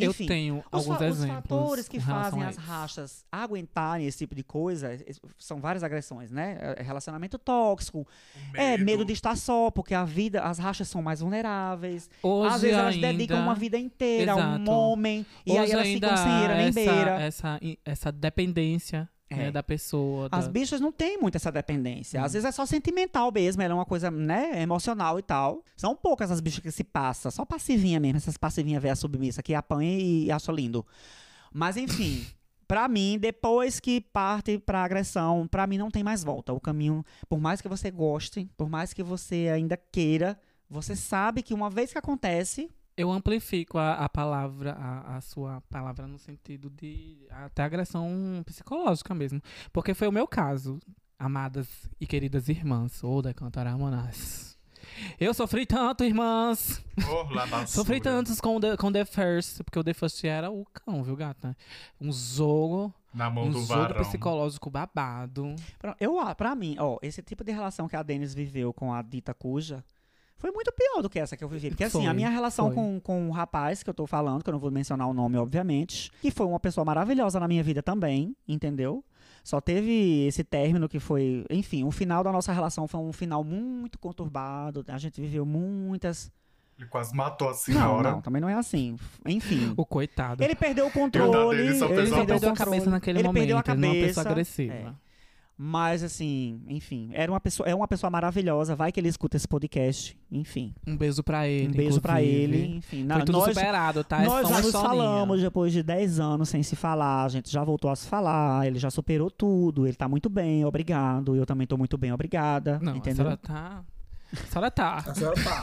Speaker 2: Enfim,
Speaker 1: eu tenho
Speaker 2: os,
Speaker 1: alguns
Speaker 2: fa- os
Speaker 1: exemplos.
Speaker 2: fatores que
Speaker 1: com relação
Speaker 2: fazem
Speaker 1: a
Speaker 2: as
Speaker 1: isso.
Speaker 2: rachas aguentarem esse tipo de coisa es- são várias agressões, né? É Relacionamento tóxico, é medo de estar só, porque a vida, as rachas são mais vulneráveis.
Speaker 1: Hoje
Speaker 2: Às vezes elas
Speaker 1: ainda-
Speaker 2: dedicam uma vida inteira
Speaker 1: Exato.
Speaker 2: a um homem e aí
Speaker 1: hoje
Speaker 2: elas
Speaker 1: ainda
Speaker 2: ficam sem ira nem
Speaker 1: essa,
Speaker 2: beira.
Speaker 1: Essa, essa dependência né,
Speaker 2: É.
Speaker 1: da pessoa.
Speaker 2: As
Speaker 1: da-
Speaker 2: bichas não têm muito essa dependência. Às vezes é só sentimental mesmo, ela é uma coisa, né, emocional e tal. São poucas as bichas que se passam, só passivinha mesmo, essas passivinhas véia submissa que apanha e acha lindo. Mas enfim, pra mim, depois que parte pra agressão, pra mim não tem mais volta. O caminho, por mais que você goste, por mais que você ainda queira, você sabe que uma vez que acontece,
Speaker 1: Eu amplifico a, a palavra, a, a sua palavra no sentido de até agressão psicológica mesmo. Porque foi o meu caso, amadas e queridas irmãs, ou da cantora Monás. Eu sofri tanto, irmãs! Sofri tantos com, the, com The First, porque o The First era o cão, viu, gata? Um jogo,
Speaker 4: Na mão
Speaker 1: um
Speaker 4: do
Speaker 1: jogo
Speaker 4: varão.
Speaker 1: psicológico babado.
Speaker 2: pra- eu, a- pra mim, ó, esse tipo de relação que a Denis viveu com a dita cuja foi muito pior do que essa que eu vivi. Porque assim,
Speaker 1: Foi,
Speaker 2: a minha relação
Speaker 1: foi.
Speaker 2: com, com o rapaz que eu tô falando, que eu não vou mencionar o nome, obviamente, que foi uma pessoa maravilhosa na minha vida também, entendeu? Só teve esse término que foi, enfim, o final da nossa relação foi um final muito conturbado. A gente viveu muitas.
Speaker 4: Ele quase matou a
Speaker 2: Não,
Speaker 4: senhora.
Speaker 2: não, também não é assim. Enfim.
Speaker 1: O coitado.
Speaker 2: Ele perdeu o
Speaker 4: Coitado,
Speaker 2: controle.
Speaker 4: ele só fez assim.
Speaker 1: Ele só
Speaker 4: Exato.
Speaker 1: perdeu a
Speaker 2: controle,
Speaker 1: cabeça naquele
Speaker 2: ele
Speaker 1: momento.
Speaker 2: Perdeu a
Speaker 1: ele não é uma
Speaker 2: cabeça,
Speaker 1: pessoa agressiva.
Speaker 2: mas assim, enfim, era uma pessoa, é uma pessoa maravilhosa, vai que ele escuta esse podcast, enfim.
Speaker 1: Um beijo pra ele.
Speaker 2: um beijo pra
Speaker 1: inclusive.
Speaker 2: ele, enfim. na-
Speaker 1: Foi tudo
Speaker 2: nós
Speaker 1: superado, tá? É
Speaker 2: nós
Speaker 1: só
Speaker 2: já
Speaker 1: uma
Speaker 2: nos
Speaker 1: historinha.
Speaker 2: falamos depois de 10 anos sem se falar, a gente já voltou a se falar, ele já superou tudo, ele tá muito bem, obrigado, eu também tô muito bem, obrigada,
Speaker 1: Não, a
Speaker 2: entendeu?
Speaker 1: senhora tá... A senhora tá.
Speaker 3: A senhora tá.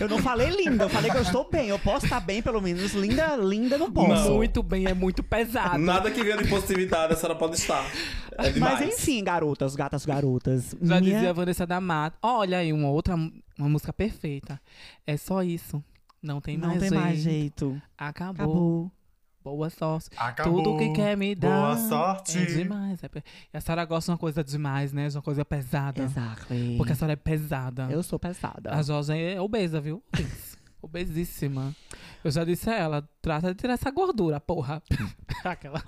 Speaker 2: Eu não falei linda, eu falei que eu estou bem, eu posso estar bem pelo menos, linda, linda eu não posso.
Speaker 3: Não.
Speaker 1: Muito bem, é muito pesado.
Speaker 3: Nada que venha de positividade, a senhora pode estar. É demais.
Speaker 2: Mas enfim, garotas, gatas, garotas.
Speaker 1: Já
Speaker 2: minha-
Speaker 1: dizia a Vanessa da Mata. Olha aí, uma outra... Uma música perfeita. É só isso. Não tem
Speaker 2: não
Speaker 1: mais
Speaker 2: tem
Speaker 1: jeito.
Speaker 2: mais jeito.
Speaker 1: Acabou.
Speaker 2: Acabou.
Speaker 1: Boa sorte.
Speaker 4: Acabou.
Speaker 1: Tudo que quer me dar.
Speaker 4: Boa sorte.
Speaker 1: É demais. É pe- E a senhora gosta de uma coisa demais, né? De uma coisa pesada.
Speaker 2: Exato.
Speaker 1: Porque a senhora é pesada.
Speaker 2: Eu sou pesada.
Speaker 1: A Josa é obesa, viu? Obesa. Obesíssima. Eu já disse a ela, trata de tirar essa gordura, porra. Aquela.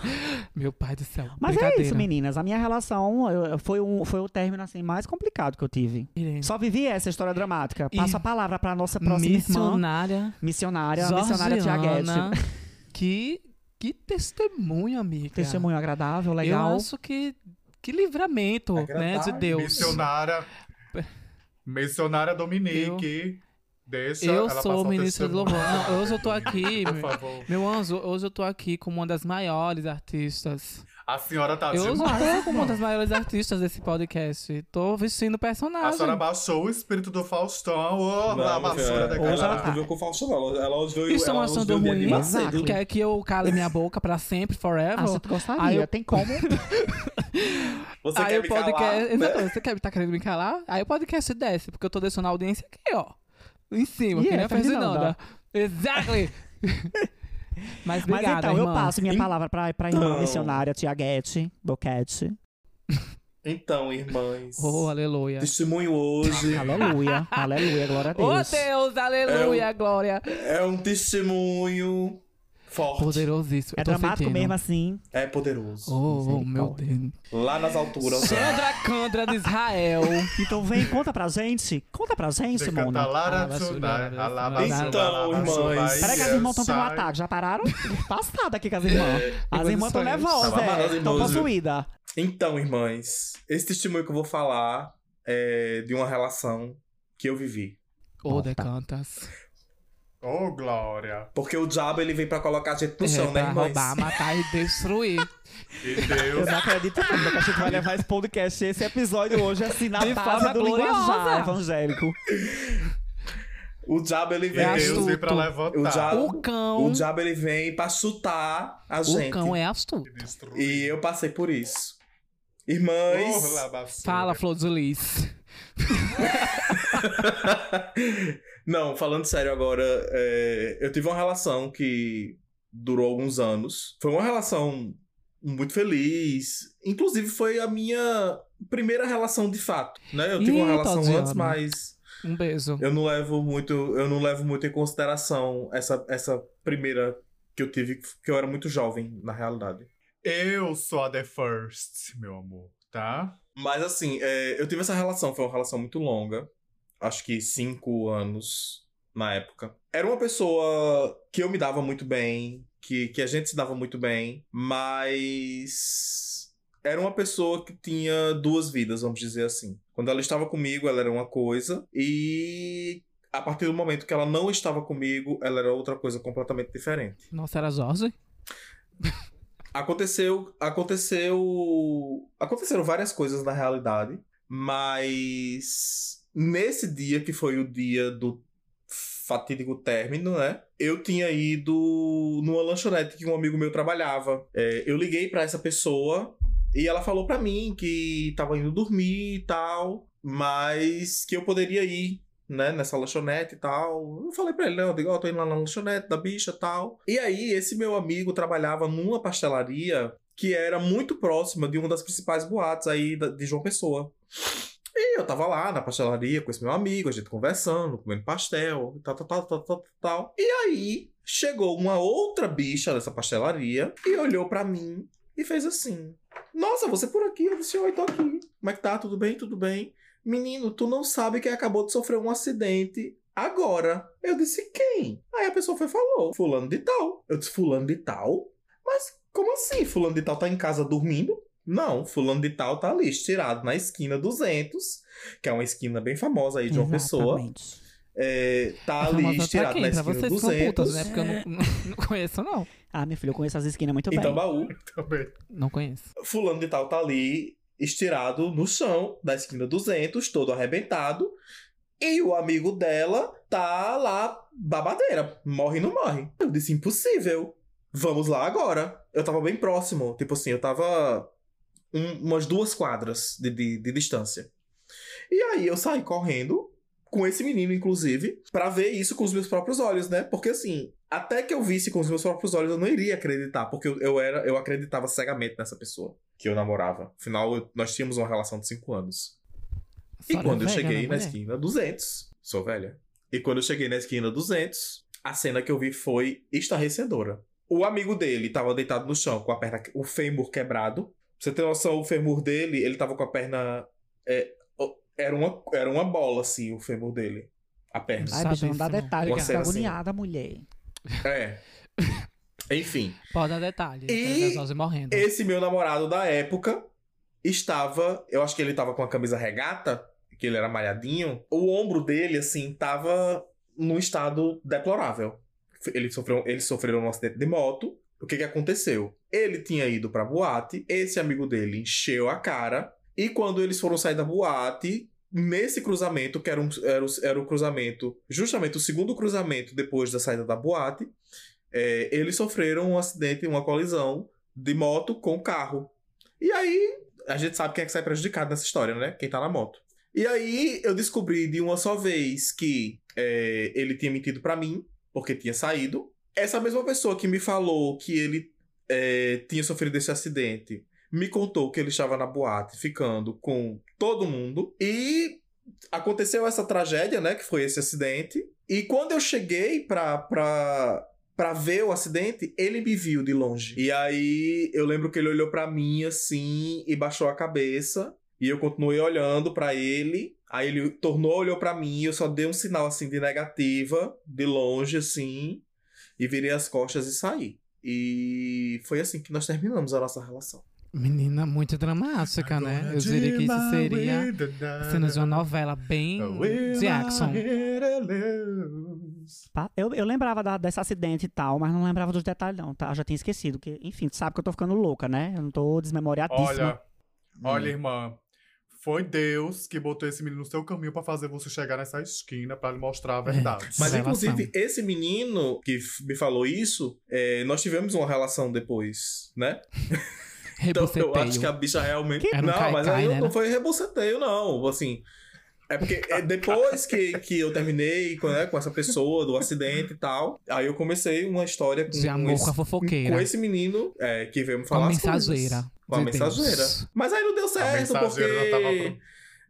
Speaker 1: Meu pai do céu.
Speaker 2: Mas é
Speaker 1: brincadeira.
Speaker 2: isso, meninas. A minha relação eu- eu- foi, um, foi o término assim, mais complicado que eu tive.
Speaker 1: Irene,
Speaker 2: Só vivi essa história dramática.
Speaker 1: E-
Speaker 2: Passo a palavra para nossa próxima irmã.
Speaker 1: Missionária.
Speaker 2: Missionária, a missionária
Speaker 1: Georgiana.
Speaker 2: Tiaguete.
Speaker 1: Que, que testemunho, amiga.
Speaker 2: Testemunho agradável, legal.
Speaker 1: Eu acho que, que livramento, né, de
Speaker 3: Agradável.
Speaker 1: Deus.
Speaker 4: É tá? Missionária. Missionária Dominique. Deixa
Speaker 1: Eu
Speaker 4: ela
Speaker 1: sou
Speaker 4: passar
Speaker 1: o ministro de
Speaker 4: testemunho.
Speaker 1: louvor. Não, hoje eu tô aqui,
Speaker 4: Por
Speaker 1: meu,
Speaker 4: favor.
Speaker 1: meu anjo, hoje eu tô aqui como uma das maiores artistas
Speaker 4: A senhora tá
Speaker 1: Eu
Speaker 4: demais.
Speaker 1: sou como uma das maiores artistas desse podcast. Tô vestindo
Speaker 4: A
Speaker 1: personagem.
Speaker 4: senhora baixou o espírito do Faustão. Ô,
Speaker 3: Não,
Speaker 4: a
Speaker 3: minha
Speaker 4: vassoura
Speaker 3: filha,
Speaker 4: da
Speaker 3: ela
Speaker 4: galera.
Speaker 2: ela tá.
Speaker 3: não viu com o Fausto, não. Ela hoje veio.
Speaker 1: Estão
Speaker 3: ela hoje
Speaker 1: achando
Speaker 3: veio de
Speaker 1: ruim.
Speaker 3: animar cedo.
Speaker 1: Quer que eu cale minha boca pra sempre,
Speaker 2: Ah,
Speaker 1: forever?
Speaker 2: você gostaria,
Speaker 1: Aí eu-
Speaker 2: tem como.
Speaker 3: Você
Speaker 1: aí
Speaker 3: quer
Speaker 1: o
Speaker 3: me calar?
Speaker 1: podcast.
Speaker 3: né?
Speaker 1: Exatamente, você quer estar querendo me calar? Aí o podcast desce, porque eu tô deixando a audiência aqui, ó. Em cima,
Speaker 2: E
Speaker 1: que
Speaker 2: é,
Speaker 1: nem a Ferdinanda.
Speaker 2: Ferdinanda.
Speaker 1: Exactly! Mas
Speaker 2: Mas
Speaker 1: obrigada,
Speaker 2: então, eu
Speaker 1: irmã.
Speaker 2: passo minha
Speaker 3: Então-
Speaker 2: palavra pra, pra irmã missionária Tiaguete, Boquete.
Speaker 3: Então, irmãs.
Speaker 1: Oh, aleluia.
Speaker 3: Testemunho hoje
Speaker 2: Aleluia, aleluia, glória a
Speaker 1: Oh,
Speaker 2: Deus.
Speaker 1: Deus, aleluia, glória.
Speaker 3: é um testemunho Forte.
Speaker 1: Poderosíssimo.
Speaker 2: É
Speaker 1: Eu tô
Speaker 2: dramático
Speaker 1: sentindo.
Speaker 2: mesmo assim.
Speaker 3: É poderoso.
Speaker 1: Oh, é oh, meu
Speaker 2: Misericórdia.
Speaker 1: Deus.
Speaker 3: Lá nas alturas.
Speaker 1: Sandra Candra de Israel.
Speaker 2: Então vem, conta pra gente. Conta pra gente, Simona.
Speaker 3: né? Então, irmãs.
Speaker 2: Peraí que as irmãs estão tendo um ataque. Já pararam? Passada aqui com as irmãs.
Speaker 3: É,
Speaker 2: As
Speaker 1: Depois
Speaker 2: irmãs estão
Speaker 1: disso aí,
Speaker 2: nervosas,
Speaker 3: tava amado, as
Speaker 2: é. Estão
Speaker 3: irmãs, viu?
Speaker 2: possuídas.
Speaker 3: Então, irmãs, esse testemunho que eu vou falar é de uma relação que eu vivi.
Speaker 1: Ô,
Speaker 2: Volta.
Speaker 1: decantas.
Speaker 4: Oh, Glória.
Speaker 3: Porque o diabo ele vem pra colocar a gente no
Speaker 1: é,
Speaker 3: chão, né,
Speaker 1: pra
Speaker 3: irmãs?
Speaker 1: roubar, matar e destruir.
Speaker 4: E
Speaker 2: Eu
Speaker 4: Deus.
Speaker 2: não acredito ainda que a gente vai levar esse podcast, esse episódio hoje, assim, na
Speaker 1: De
Speaker 2: base
Speaker 1: forma
Speaker 2: do
Speaker 1: gloriosa.
Speaker 2: linguajar evangélico.
Speaker 3: O diabo
Speaker 1: É
Speaker 3: ele
Speaker 4: E
Speaker 3: vem.
Speaker 4: Deus vem pra
Speaker 1: astuto.
Speaker 3: O
Speaker 4: levantar.
Speaker 3: diabo-
Speaker 1: O cão.
Speaker 3: Ah, O diabo ele vem pra chutar a gente.
Speaker 1: Então, O cão é astuto.
Speaker 4: E destruir.
Speaker 3: E eu passei por isso. Irmãs,
Speaker 4: Orla, basura.
Speaker 1: Fala, Flor de Lis.
Speaker 3: não, falando sério agora, é, eu tive uma relação que durou alguns anos. Foi uma relação muito feliz. Inclusive, foi a minha primeira relação de fato. Né? Eu tive uma
Speaker 1: Ih,
Speaker 3: relação
Speaker 1: Tatiana.
Speaker 3: antes, mas
Speaker 1: Um beijo.
Speaker 3: eu não levo muito, eu não levo muito em consideração essa, essa primeira que eu tive, que eu era muito jovem, na realidade.
Speaker 4: Eu sou a The First, meu amor, tá?
Speaker 3: Mas assim, é, eu tive essa relação, foi uma relação muito longa. Acho que cinco anos na época. Era uma pessoa que eu me dava muito bem, que, que a gente se dava muito bem, mas era uma pessoa que tinha duas vidas, vamos dizer assim. Quando ela estava comigo, ela era uma coisa, e a partir do momento que ela não estava comigo, ela era outra coisa completamente diferente.
Speaker 1: Nossa, era Jorge?
Speaker 3: Aconteceu, aconteceu, aconteceram várias coisas na realidade, mas nesse dia que foi o dia do fatídico término, né? Eu tinha ido numa lanchonete que um amigo meu trabalhava. É, eu liguei pra essa pessoa e ela falou pra mim que tava indo dormir e tal, mas que eu poderia ir. Né, nessa lanchonete e tal. Eu falei pra ele, não, eu digo, ó, tô indo lá na lanchonete da bicha e tal. E aí, esse meu amigo trabalhava numa pastelaria que era muito próxima de uma das principais boates aí da- de João Pessoa. E eu tava lá na pastelaria com esse meu amigo, a gente conversando, comendo pastel, tal, tal, tal, tal, tal, tal. E aí, chegou uma outra bicha dessa pastelaria e olhou pra mim e fez assim: Nossa, você por aqui? Eu disse: Oi, tô aqui. Como é que tá? Tudo bem? Tudo bem? Menino, tu não sabe quem acabou de sofrer um acidente agora. Eu disse: Quem? Aí a pessoa foi e falou: Fulano de Tal. Eu disse: Fulano de Tal? Mas como assim? Fulano de Tal tá em casa dormindo? Não, fulano de tal tá ali, estirado na esquina 200, que é uma esquina bem famosa aí de uma pessoa.
Speaker 2: Exatamente.
Speaker 3: É, tá
Speaker 1: Essa
Speaker 3: ali,
Speaker 1: moça
Speaker 3: estirado
Speaker 1: quem?
Speaker 3: na
Speaker 1: Pra
Speaker 3: esquina
Speaker 1: vocês que são
Speaker 3: 200.
Speaker 1: putas, né? Porque eu não, não conheço, não.
Speaker 2: Ah, meu filho, eu conheço as esquinas muito
Speaker 3: Então,
Speaker 2: bem.
Speaker 3: baú.
Speaker 4: Também.
Speaker 1: Não conheço.
Speaker 3: Fulano de tal tá ali, estirado no chão, da esquina 200, todo arrebentado. E o amigo dela tá lá, babadeira. Morre não morre. Eu disse, impossível. Vamos lá agora. Eu tava bem próximo. Tipo assim, eu tava um- umas duas quadras de, de- de distância. E aí eu saí correndo, com esse menino, inclusive, pra ver isso com os meus próprios olhos, né? Porque assim, até que eu visse com os meus próprios olhos, eu não iria acreditar, porque eu, eu era, eu acreditava cegamente nessa pessoa que eu namorava. Afinal, eu- nós tínhamos uma relação de cinco anos. E
Speaker 1: Senhora
Speaker 3: quando eu
Speaker 1: velha,
Speaker 3: cheguei
Speaker 1: né,
Speaker 3: na
Speaker 1: mulher?
Speaker 3: esquina 200, sou velha. E quando eu cheguei na esquina 200, a cena que eu vi foi estarrecedora. O amigo dele tava deitado no chão com a perna, o fêmur quebrado. Pra você ter noção, o fêmur dele, ele tava com a perna. é, o- era, uma, era uma bola, assim, o fêmur dele. A perna.
Speaker 2: Ai, bicho, não dá
Speaker 1: Sabíssimo.
Speaker 2: detalhe, que eu
Speaker 3: Você
Speaker 2: fico
Speaker 3: era assim.
Speaker 2: agoniada, mulher.
Speaker 3: É. Enfim.
Speaker 1: Pode dar detalhe.
Speaker 3: E-
Speaker 1: E... Jorge morrendo.
Speaker 3: Esse meu namorado da época estava. Eu acho que ele estava com a camisa regata, que ele era malhadinho. O ombro dele, assim, tava num estado deplorável. Ele sofreu, eles sofreram um acidente de moto. O que que aconteceu? Ele tinha ido pra boate, esse amigo dele encheu a cara, e quando eles foram sair da boate, nesse cruzamento, que era, um, era, o, era o cruzamento, justamente o segundo cruzamento depois da saída da boate, é, eles sofreram um acidente, uma colisão de moto com carro. E aí, a gente sabe quem é que sai prejudicado nessa história, né? Quem tá na moto. E aí, eu descobri de uma só vez que é, ele tinha mentido pra mim, porque tinha saído. Essa mesma pessoa que me falou que ele é, tinha sofrido esse acidente me contou que ele estava na boate ficando com todo mundo. E aconteceu essa tragédia, né? Que foi esse acidente. E quando eu cheguei pra, pra, pra ver o acidente, ele me viu de longe. E aí eu lembro que ele olhou pra mim assim e baixou a cabeça. E eu continuei olhando pra ele. Aí ele tornou, olhou pra mim. Eu só dei um sinal assim de negativa, de longe assim. E virei as costas e saí. E foi assim que nós terminamos a nossa relação.
Speaker 1: Menina, muito dramática, né? Eu diria que isso seria cenas de uma novela bem Jackson.
Speaker 2: Pa- Eu, eu lembrava da- desse acidente e tal, mas não lembrava dos detalhes, não, tá? Eu já tinha esquecido. Que, enfim, tu sabe que eu tô ficando louca, né? Eu não tô desmemoriadíssima.
Speaker 4: Olha,
Speaker 1: Hum.
Speaker 4: olha, irmã. Foi Deus que botou esse menino no seu caminho pra fazer você chegar nessa esquina pra lhe mostrar
Speaker 1: É,
Speaker 4: a verdade.
Speaker 3: Mas,
Speaker 1: Relação.
Speaker 3: inclusive, esse menino que f- me falou isso, é, nós tivemos uma relação depois, né? Então, eu acho que
Speaker 1: Reboceteio.
Speaker 3: a bicha realmente.
Speaker 1: Tipo, Era um
Speaker 3: não, mas aí
Speaker 1: caicai,
Speaker 3: eu-
Speaker 1: né,
Speaker 3: não
Speaker 1: né?
Speaker 3: foi reboceteio, não. Assim. É porque é, depois que, que eu terminei com, né, com essa pessoa, do acidente e tal, aí eu comecei uma história com,
Speaker 1: De amor
Speaker 3: esse,
Speaker 1: com a fofoqueira.
Speaker 3: com esse menino é, que veio me
Speaker 1: Com a
Speaker 3: falar. as coisas.
Speaker 1: mensageira.
Speaker 3: Com a
Speaker 1: de Deus.
Speaker 3: mensageira. Mas aí não deu
Speaker 4: A
Speaker 3: certo, porque.
Speaker 4: mensageira já tava pronta.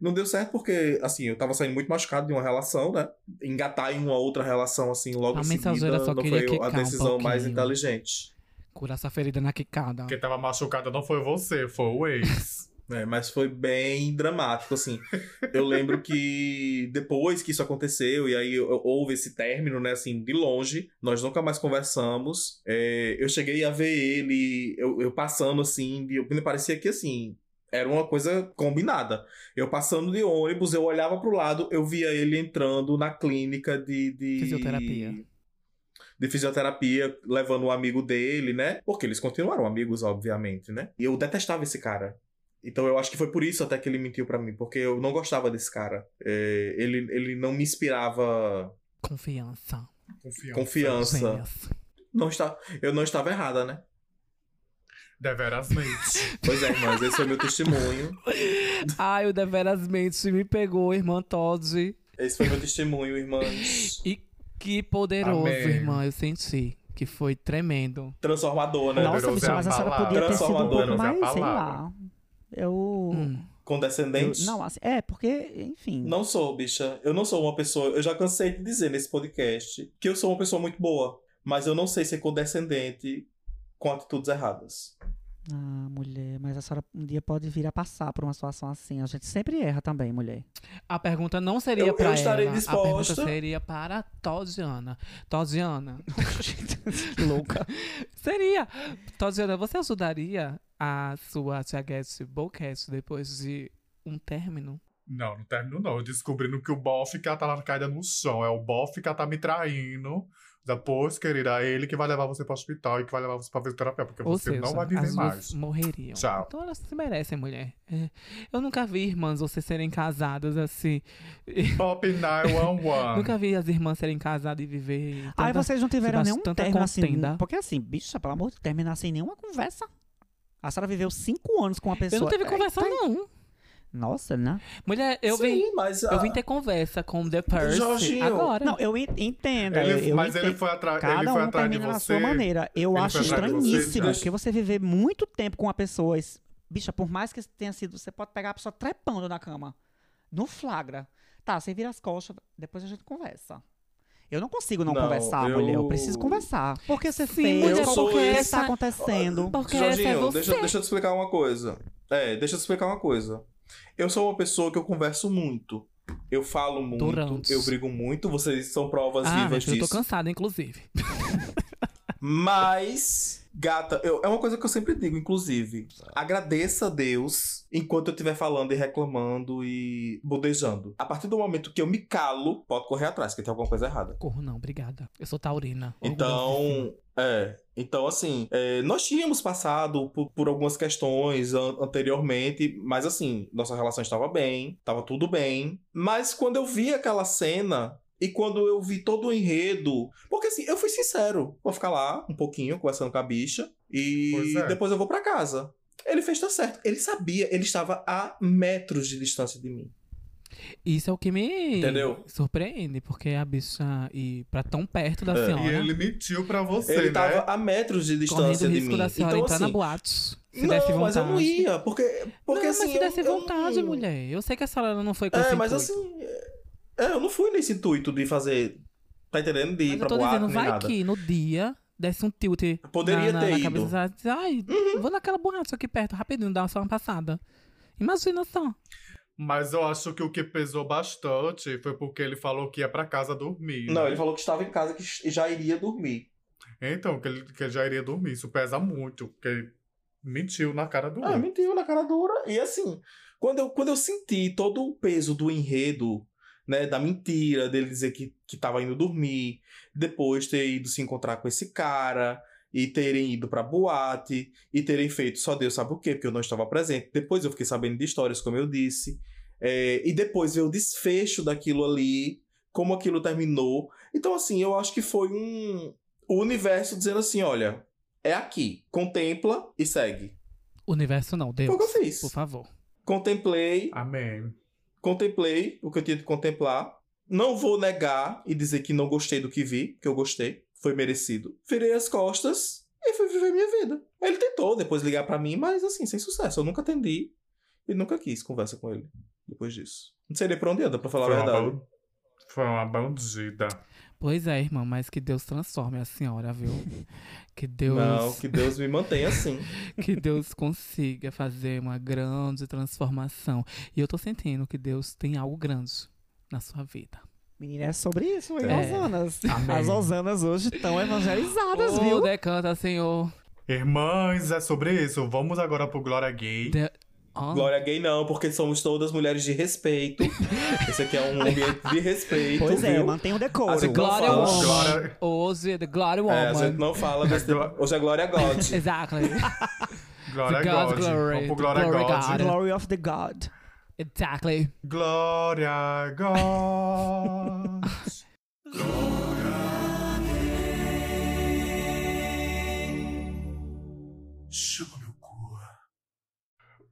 Speaker 3: Não deu certo porque, assim, eu tava saindo muito machucado de uma relação, né? Engatar em uma outra relação, assim, logo
Speaker 1: A
Speaker 3: em
Speaker 1: mensageira
Speaker 3: seguida,
Speaker 1: só
Speaker 3: não
Speaker 1: queria
Speaker 3: foi
Speaker 1: quicar
Speaker 3: a
Speaker 1: um
Speaker 3: decisão mais
Speaker 1: pouquinho.
Speaker 3: inteligente.
Speaker 1: Curar essa ferida na quicada.
Speaker 4: Quem tava machucada não foi você, foi o ex.
Speaker 3: É, mas foi bem dramático, assim. Eu lembro que depois que isso aconteceu, e aí eu- houve esse término, né, assim, de longe, nós nunca mais conversamos. É, eu cheguei a ver ele, eu, eu passando, assim, de, me parecia que, assim, era uma coisa combinada. Eu passando de ônibus, eu olhava pro lado, eu via ele entrando na clínica de... de-
Speaker 1: Fisioterapia.
Speaker 3: De fisioterapia, levando um amigo dele, né? Porque eles continuaram amigos, obviamente, né? E eu detestava esse cara. Então eu acho que foi por isso até que ele mentiu pra mim, porque eu não gostava desse cara. É, ele, ele não me inspirava
Speaker 1: Confiança.
Speaker 4: Confiança.
Speaker 3: confiança.
Speaker 1: Gêmeas.
Speaker 3: Não está, eu não estava errada, né?
Speaker 4: Deverasmente.
Speaker 3: Pois é, irmãs, esse foi meu testemunho.
Speaker 1: Ai, o Deverasmente me pegou, irmã Todd.
Speaker 3: Esse foi meu testemunho, irmãs.
Speaker 1: E que poderoso,
Speaker 4: Amém.
Speaker 1: irmã, eu senti. Que foi tremendo.
Speaker 3: Transformador, né?
Speaker 4: Poderoso
Speaker 2: Nossa, bicho,
Speaker 4: é a
Speaker 2: mas a senhora
Speaker 4: palavra.
Speaker 2: podia ter sido um
Speaker 3: Transformador,
Speaker 2: pouco
Speaker 3: não é
Speaker 4: a
Speaker 2: mais, sei
Speaker 4: palavra.
Speaker 2: lá. Eu...
Speaker 1: Hum.
Speaker 2: eu-
Speaker 3: Condescendente.
Speaker 2: não, assim, é, porque, enfim...
Speaker 3: Não sou, bicha. Eu não sou uma pessoa. Eu já cansei de dizer nesse podcast que eu sou uma pessoa muito boa, mas eu não sei ser condescendente com atitudes erradas.
Speaker 2: Ah, mulher, mas a senhora um dia pode vir a passar por uma situação assim. A gente sempre erra também, mulher.
Speaker 1: A pergunta não seria
Speaker 3: Eu- eu
Speaker 1: pra
Speaker 3: estarei
Speaker 1: ela. A
Speaker 3: disposta.
Speaker 1: pergunta seria para Tosiana. Tosiana.
Speaker 2: Que louca.
Speaker 1: Seria. Tosiana, você ajudaria a sua Tia Guest Bowcast depois de um término?
Speaker 4: não, no término não. Eu descobrindo que o bofe que ela tava caída no chão. É o bofe que ela tá me traindo. Depois, querida, é ele que vai levar você pro hospital e que vai levar você pra fisioterapia, porque
Speaker 1: Ou
Speaker 4: você
Speaker 1: seja,
Speaker 4: não vai
Speaker 1: as
Speaker 4: viver
Speaker 1: duas
Speaker 4: mais.
Speaker 1: morreriam.
Speaker 4: Tchau.
Speaker 1: Então elas se merecem, mulher. É. Eu nunca vi irmãs vocês serem casadas assim.
Speaker 4: Pop
Speaker 3: Ah.
Speaker 4: 911.
Speaker 1: Nunca vi as irmãs serem casadas e viver. tanta-
Speaker 2: Aí vocês não tiveram
Speaker 1: Sebastião,
Speaker 2: nenhum
Speaker 1: tanta
Speaker 2: término assim.
Speaker 1: contenda.
Speaker 2: Porque assim, bicha, pelo amor de Deus, terminar sem nenhuma conversa. A senhora viveu cinco anos com uma
Speaker 3: é
Speaker 2: pessoa.
Speaker 1: Eu não teve conversa,
Speaker 2: Eita,
Speaker 1: não.
Speaker 2: Nossa, né?
Speaker 1: Mulher, eu
Speaker 3: Sim,
Speaker 1: vim.
Speaker 3: mas
Speaker 1: Eu
Speaker 3: ah,
Speaker 1: vim ter conversa com The Purse
Speaker 3: Jorginho.
Speaker 1: agora.
Speaker 2: Não, eu en- entendo.
Speaker 4: Ele-
Speaker 2: eu
Speaker 4: mas ele
Speaker 2: entendo.
Speaker 4: foi, atra
Speaker 2: Cada
Speaker 4: ele foi
Speaker 2: um
Speaker 4: atrás de
Speaker 2: termina na
Speaker 4: você.
Speaker 2: sua maneira. Eu
Speaker 4: Ele
Speaker 2: acho
Speaker 4: foi atrás de você,
Speaker 2: estranhíssimo
Speaker 4: Jorge.
Speaker 2: porque você viver muito tempo com uma pessoa. es- Bicha, por mais que tenha sido, você pode pegar a pessoa trepando na cama. No flagra. Tá, você vira as costas, depois a gente conversa. Eu não consigo não,
Speaker 3: Não,
Speaker 2: conversar,
Speaker 3: eu-
Speaker 2: mulher. Eu preciso conversar. Porque você
Speaker 1: Sim,
Speaker 2: fez,
Speaker 1: mulher,
Speaker 2: qual-
Speaker 3: eu sou
Speaker 2: o que é,
Speaker 3: esse-
Speaker 2: está acontecendo.
Speaker 1: Porque essa é
Speaker 3: Jorginho,
Speaker 1: você.
Speaker 3: deixa, deixa eu te explicar uma coisa. É, deixa eu te explicar uma coisa. Eu sou uma pessoa que eu converso muito. Eu falo muito,
Speaker 1: Durante.
Speaker 3: eu brigo muito, vocês são provas
Speaker 1: Ah,
Speaker 3: vivas
Speaker 1: mas eu tô
Speaker 3: disso.
Speaker 1: cansada, inclusive.
Speaker 3: Mas, gata, eu- é uma coisa que eu sempre digo, inclusive. Agradeça a Deus enquanto eu estiver falando e reclamando e bodejando. A partir do momento que eu me calo, pode correr atrás, que tem alguma coisa errada.
Speaker 1: Corro não, obrigada. Eu sou
Speaker 4: é um
Speaker 1: taurina. Orgulhosíssima.
Speaker 3: Então, é. Então, assim, é, nós tínhamos passado por, por algumas questões an- anteriormente, mas assim, nossa relação estava bem, estava tudo bem. Mas quando eu vi aquela cena e quando eu vi todo o enredo. Porque assim, eu fui sincero. Vou ficar lá um pouquinho conversando com a bicha e
Speaker 4: Pois é.
Speaker 3: depois eu vou pra casa. Ele fez tá certo. Ele sabia, ele estava a metros de distância de mim.
Speaker 1: Isso é o que me
Speaker 3: Entendeu?
Speaker 1: surpreende, porque a bicha ir pra tão perto da
Speaker 3: É.
Speaker 1: senhora,
Speaker 4: E
Speaker 2: né?
Speaker 4: ele mentiu pra você,
Speaker 3: ele
Speaker 4: né?
Speaker 3: estava a metros de
Speaker 1: correndo
Speaker 3: distância
Speaker 1: o
Speaker 3: de
Speaker 1: risco
Speaker 3: mim.
Speaker 1: da senhora
Speaker 3: então,
Speaker 1: entrar
Speaker 3: assim,
Speaker 1: na boate. Se
Speaker 3: não,
Speaker 1: desse vontade.
Speaker 3: mas eu não ia, porque. porque
Speaker 1: não,
Speaker 3: assim,
Speaker 1: mas se
Speaker 3: eu-
Speaker 1: desse
Speaker 3: eu
Speaker 1: vontade,
Speaker 3: não-
Speaker 1: mulher. Eu sei que a senhora não foi com
Speaker 3: É,
Speaker 1: esse
Speaker 3: mas
Speaker 1: intuito.
Speaker 3: assim. É, eu não fui nesse intuito de fazer Tá entendendo? De ir
Speaker 1: Mas eu
Speaker 3: pra
Speaker 1: tô
Speaker 3: boate,
Speaker 1: dizendo,
Speaker 3: nem
Speaker 1: vai
Speaker 3: nada.
Speaker 1: que no dia desse um tilt
Speaker 3: Poderia
Speaker 1: na, na,
Speaker 3: ter
Speaker 1: na
Speaker 3: ido. Uhum.
Speaker 1: cabeça dela, diz, ai, vou naquela borracha aqui perto, rapidinho, dá só uma passada. Imagina só.
Speaker 4: Mas eu acho que o que pesou bastante foi porque ele falou que ia pra casa dormir. né?
Speaker 3: Não, ele falou que estava em casa que já iria dormir.
Speaker 4: Então, que ele, que ele já iria dormir. Isso pesa muito, porque ele mentiu na cara do
Speaker 3: Ah,
Speaker 4: outro.
Speaker 3: mentiu na cara dura. E assim, quando eu, quando eu senti todo o peso do enredo, né, da mentira, dele dizer que, que tava indo dormir, depois ter ido se encontrar com esse cara, e terem ido pra boate, e terem feito só Deus sabe o quê, porque eu não estava presente. Depois eu fiquei sabendo de histórias, como eu disse. É, e depois ver o desfecho daquilo ali, como aquilo terminou. Então, assim, eu acho que foi um. O universo dizendo assim: olha, é aqui, contempla e segue.
Speaker 1: Universo não, Deus.
Speaker 3: Foi o que eu fiz.
Speaker 1: Por favor.
Speaker 3: Contemplei,
Speaker 4: Amém.
Speaker 3: contemplei o que eu tinha de contemplar. Não vou negar e dizer que não gostei do que vi, que eu gostei, foi merecido. Virei as costas e fui viver minha vida. Ele tentou depois ligar pra mim, mas assim, sem sucesso. Eu nunca atendi e nunca quis conversa com ele depois disso. Não sei nem pra onde anda, pra falar a
Speaker 4: Foi uma,
Speaker 3: verdade.
Speaker 4: ban- foi uma bandida.
Speaker 1: Pois é, irmã, mas que Deus transforme a senhora, viu? Que Deus,
Speaker 3: Não, que Deus me mantenha assim.
Speaker 1: que Deus consiga fazer uma grande transformação. E eu tô sentindo que Deus tem algo grande na sua vida.
Speaker 2: Menina, é sobre isso, hein,
Speaker 1: É.
Speaker 2: Osanas?
Speaker 4: Amém.
Speaker 2: As Osanas hoje estão evangelizadas,
Speaker 1: Oh,
Speaker 2: viu?
Speaker 1: decanta, Senhor.
Speaker 4: Irmãs, é sobre isso. Vamos agora pro Glória Gay.
Speaker 1: De... Oh,
Speaker 3: Glória gay não, porque somos todas mulheres de respeito. Esse aqui é um ambiente de respeito,
Speaker 2: Pois é,
Speaker 3: viu?
Speaker 2: mantém o decoro.
Speaker 3: Assim,
Speaker 1: Glória
Speaker 3: Não
Speaker 1: Woman.
Speaker 3: fala.
Speaker 4: Glória-
Speaker 1: Hoje é The Glory Woman.
Speaker 3: É, a gente não fala desse...
Speaker 4: Gló-
Speaker 3: Hoje é Glória God.
Speaker 1: Exactly.
Speaker 4: Glória
Speaker 1: The God's
Speaker 4: God.
Speaker 1: Glory,
Speaker 4: Vamos pro
Speaker 1: the
Speaker 4: Glória
Speaker 1: Glory
Speaker 4: God.
Speaker 1: God.
Speaker 2: Glory of the God.
Speaker 1: Exactly.
Speaker 4: Glória God.
Speaker 3: Chupa meu cu.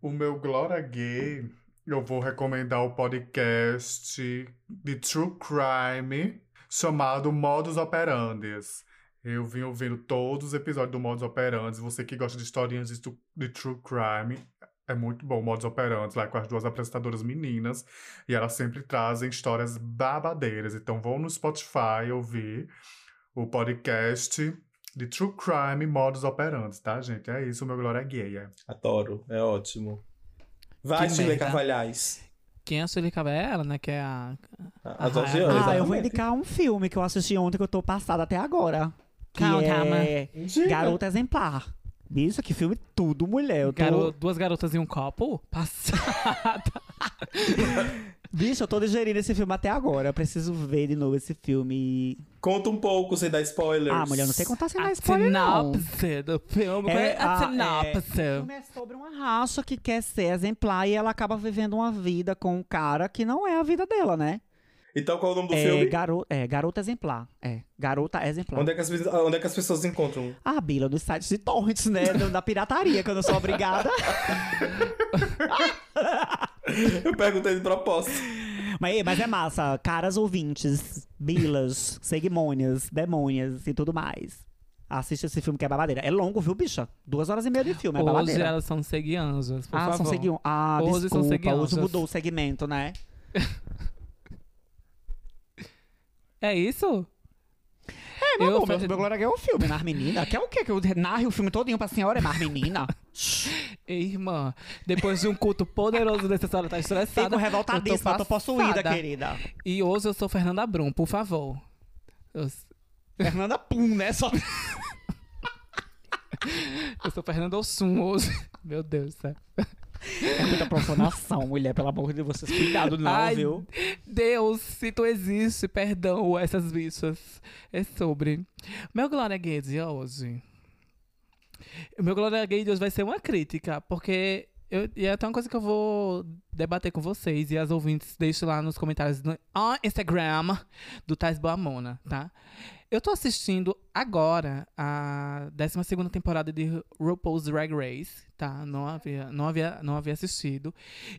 Speaker 4: O meu Glória Gay, eu vou recomendar o podcast de True Crime chamado Modus Operandes. Eu vim ouvindo todos os episódios do Modus Operandes. Você que gosta de historinhas de, tu- de True Crime, é muito bom o Modus Operandes, lá com as duas apresentadoras meninas. E elas sempre trazem histórias babadeiras. Então vão no Spotify ouvir o podcast de True Crime Modus Operandes, tá, gente? É isso, o meu Glória Gay. é.
Speaker 3: Adoro, é ótimo. Vai,
Speaker 1: Que
Speaker 3: Chile
Speaker 1: merda.
Speaker 3: Carvalhais.
Speaker 1: Quem é a Sueli Cabela, né? Que é a.
Speaker 3: A- As
Speaker 1: Ah,
Speaker 3: né? Algeãs,
Speaker 2: Ah,
Speaker 3: exatamente.
Speaker 2: eu vou indicar um filme que eu assisti ontem que eu tô passada até agora. Que
Speaker 1: Calma,
Speaker 2: é
Speaker 3: Diga.
Speaker 2: Garota Exemplar. Bicho, que filme tudo mulher. Eu tô...
Speaker 1: Garo- Duas garotas e um copo? Passada.
Speaker 2: Bicho, eu tô digerindo esse filme até agora. Eu preciso ver de novo esse filme.
Speaker 3: Conta um pouco sem dar spoilers.
Speaker 2: Ah, mulher, não sei contar sem
Speaker 1: a
Speaker 2: mais spoiler, não.
Speaker 1: sinopse do filme. Qual É, a
Speaker 2: ah,
Speaker 1: sinopse.
Speaker 2: é. O filme é sobre uma raça que quer ser exemplar e ela acaba vivendo uma vida com um cara que não é a vida dela, né?
Speaker 3: Então qual é o nome do
Speaker 2: é,
Speaker 3: filme?
Speaker 2: garo- é, Garota Exemplar. É, Garota Exemplar.
Speaker 3: Onde é, que as, pessoas- onde é que as pessoas encontram?
Speaker 2: Ah, Bila, dos sites de torrents, né? Do- Da pirataria, que eu não sou obrigada.
Speaker 3: Eu perguntei de propósito.
Speaker 2: mas, mas é massa. Caras ouvintes, Bilas, Segmônias, Demônias e tudo mais. Assiste esse filme que é babadeira. É longo, viu, bicha? Duas horas e meia de filme, é
Speaker 1: Hoje
Speaker 2: babadeira.
Speaker 1: elas são seguianjas, por
Speaker 2: ah,
Speaker 1: favor.
Speaker 2: são segui... ah,
Speaker 1: Hoje são
Speaker 2: desculpa.
Speaker 1: seguianças.
Speaker 2: hoje mudou o segmento, né?
Speaker 1: É isso?
Speaker 2: É, meu
Speaker 1: Eu
Speaker 2: amor,
Speaker 1: fe-
Speaker 2: meu, meu Glória Gay é um filme. Mas menina? Quer o quê? Que eu narre o filme todinho pra senhora? É mais menina?
Speaker 1: Ei, Irmã, depois de um culto poderoso desse, a senhora tá estressada.
Speaker 2: Fico revoltadíssima, um eu tô, possuída,
Speaker 1: passada.
Speaker 2: querida.
Speaker 1: E hoje eu sou Fernanda Brum, por favor. Eu,
Speaker 2: Fernanda Pum, né? Só...
Speaker 1: eu sou Fernanda Ossum hoje. Meu Deus do céu.
Speaker 2: É muita profanação, mulher, pelo amor de vocês. Cuidado, não,
Speaker 1: Ai,
Speaker 2: viu?
Speaker 1: Deus, se tu existe, perdão essas bichas. É sobre. Meu Glória é Gay de hoje. O Meu Glória é Gay de hoje vai ser uma crítica, porque. Eu, e é até uma coisa que eu vou debater com vocês e as ouvintes deixem lá nos comentários no on Instagram do Tais Boamona, tá? Eu tô assistindo agora a 12 temporada de RuPaul's Drag Race, tá? Não havia, não havia, não havia assistido.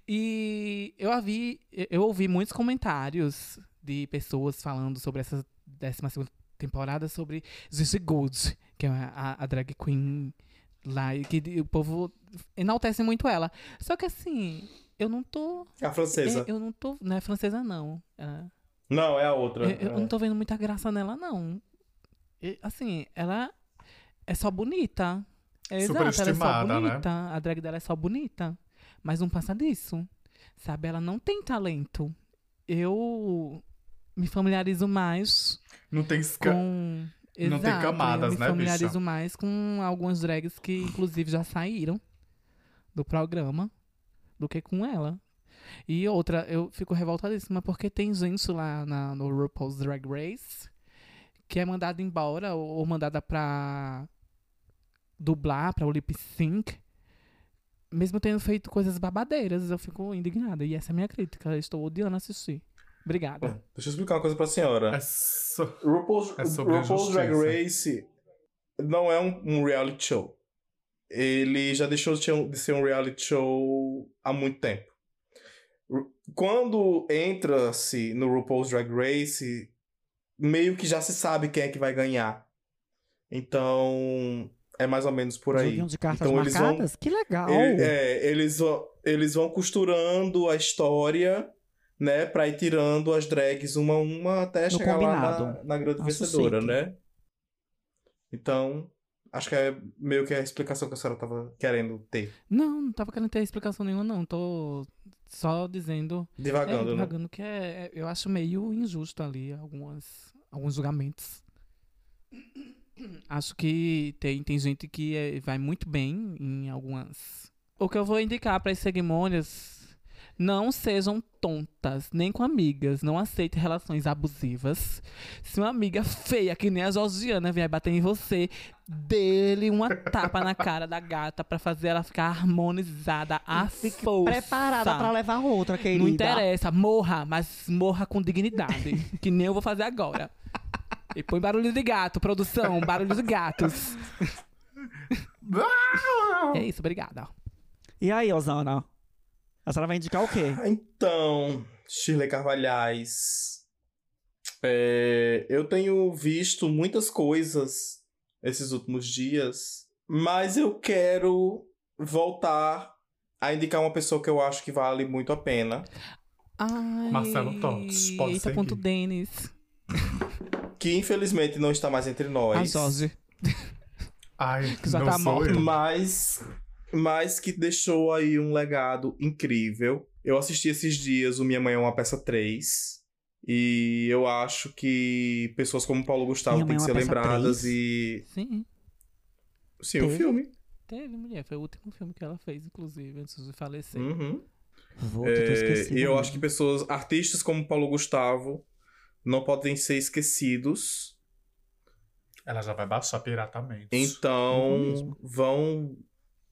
Speaker 1: E eu, havi, eu ouvi muitos comentários de pessoas falando sobre essa 12 temporada, sobre Gigi Good, que é a, a drag queen lá, e que o povo enaltece muito ela. Só que assim, eu não tô.
Speaker 3: A francesa.
Speaker 2: É,
Speaker 1: Eu né, não tô. Não é francesa, não. Ela-
Speaker 3: Não, é a outra.
Speaker 1: Eu, eu não tô vendo muita graça nela, não. E, assim, ela é só bonita. É exato, ela é só
Speaker 4: Superestimada, né?
Speaker 1: bonita. A drag dela é só bonita. Mas não passa disso. Sabe? Ela não tem talento. Eu me familiarizo mais
Speaker 4: Não tem esca...
Speaker 1: com.
Speaker 4: tem
Speaker 1: Exato, eu
Speaker 4: camadas,
Speaker 1: me
Speaker 4: né, bicha?
Speaker 1: familiarizo mais com algumas drags que, inclusive, já saíram do programa do que com ela. E outra, eu fico revoltadíssima porque tem gente lá na- no RuPaul's Drag Race que é mandada embora ou, ou mandada pra dublar, pra o lip sync, mesmo tendo feito coisas babadeiras. Eu fico indignada. E essa é a minha crítica. Eu estou odiando assistir. Obrigada.
Speaker 3: Deixa eu explicar uma coisa pra senhora.
Speaker 4: É só-
Speaker 3: RuPaul's,
Speaker 4: É sobre
Speaker 3: RuPaul's
Speaker 4: justiça.
Speaker 3: Drag Race não é um, um reality show. Ele já deixou de ser um- de ser um reality show há muito tempo. Ru- Quando entra-se no RuPaul's Drag Race, meio que já se sabe quem é que vai ganhar. Então, é mais ou menos por aí.
Speaker 2: Joguinho de cartas
Speaker 3: então, eles vão,
Speaker 2: marcadas? Que legal!
Speaker 3: ele- é, eles vão, eles vão costurando a história, né? Pra ir tirando as drags uma a uma até
Speaker 2: No
Speaker 3: chegar lá na,
Speaker 2: combinado. Ah,
Speaker 3: na grande
Speaker 2: Acho
Speaker 3: vencedora,
Speaker 2: sempre.
Speaker 3: né? Então, acho que é meio que a explicação que a senhora tava querendo ter.
Speaker 2: É,
Speaker 1: Não, não tava querendo ter explicação nenhuma, não. Tô só dizendo É,
Speaker 3: Divagando, né?
Speaker 1: divagando que é, é- eu acho meio injusto ali algumas, alguns julgamentos. Acho que tem, tem gente que é- vai muito bem em algumas. O que eu vou indicar para as cerimônias: não sejam tontas, nem com amigas. Não aceite relações abusivas. Se uma amiga feia, que nem a Georgiana, vier bater em você, dê-lhe uma tapa na cara da gata para fazer ela ficar harmonizada à
Speaker 2: Fique
Speaker 1: força.
Speaker 2: preparada pra levar outra, querida.
Speaker 1: Não interessa, morra, mas morra com dignidade. que nem eu vou fazer agora. E põe barulho de gato, produção, barulho de gatos. é isso, obrigada.
Speaker 2: E aí, Osana? A senhora vai indicar o quê?
Speaker 3: Ah, Então, Shirley Carvalhais. É, eu tenho visto muitas coisas esses últimos dias, mas eu quero voltar a indicar uma pessoa que eu acho que vale muito a pena,
Speaker 1: Ai,
Speaker 4: Marcelo Totes, pode
Speaker 1: eita,
Speaker 4: seguir.
Speaker 1: ponto Denis.
Speaker 3: que infelizmente não está mais entre
Speaker 1: A
Speaker 3: nós,
Speaker 1: Jorge.
Speaker 4: Ai,
Speaker 1: Que já
Speaker 4: não
Speaker 1: tá
Speaker 4: sou
Speaker 1: morto.
Speaker 4: eu.
Speaker 3: mas mas que deixou aí um legado incrível. Eu assisti esses dias o Minha Mãe é uma Peça 3. E eu acho que pessoas como Paulo Gustavo
Speaker 2: Minha
Speaker 3: têm
Speaker 2: Mãe
Speaker 3: que
Speaker 2: é
Speaker 3: ser
Speaker 2: uma Peça
Speaker 3: lembradas
Speaker 2: 3?
Speaker 3: e
Speaker 1: Sim,
Speaker 3: Sim,
Speaker 2: Teve?
Speaker 3: o filme.
Speaker 1: teve mulher. Foi o último filme que ela fez, inclusive, antes de falecer.
Speaker 3: Uhum.
Speaker 2: Vou,
Speaker 3: É,
Speaker 2: que tô esquecida.
Speaker 3: e eu acho que pessoas, artistas como Paulo Gustavo, não podem ser esquecidos.
Speaker 4: Ela já vai baixar piratamente.
Speaker 2: Não vou
Speaker 3: Então,
Speaker 2: mesmo.
Speaker 3: vão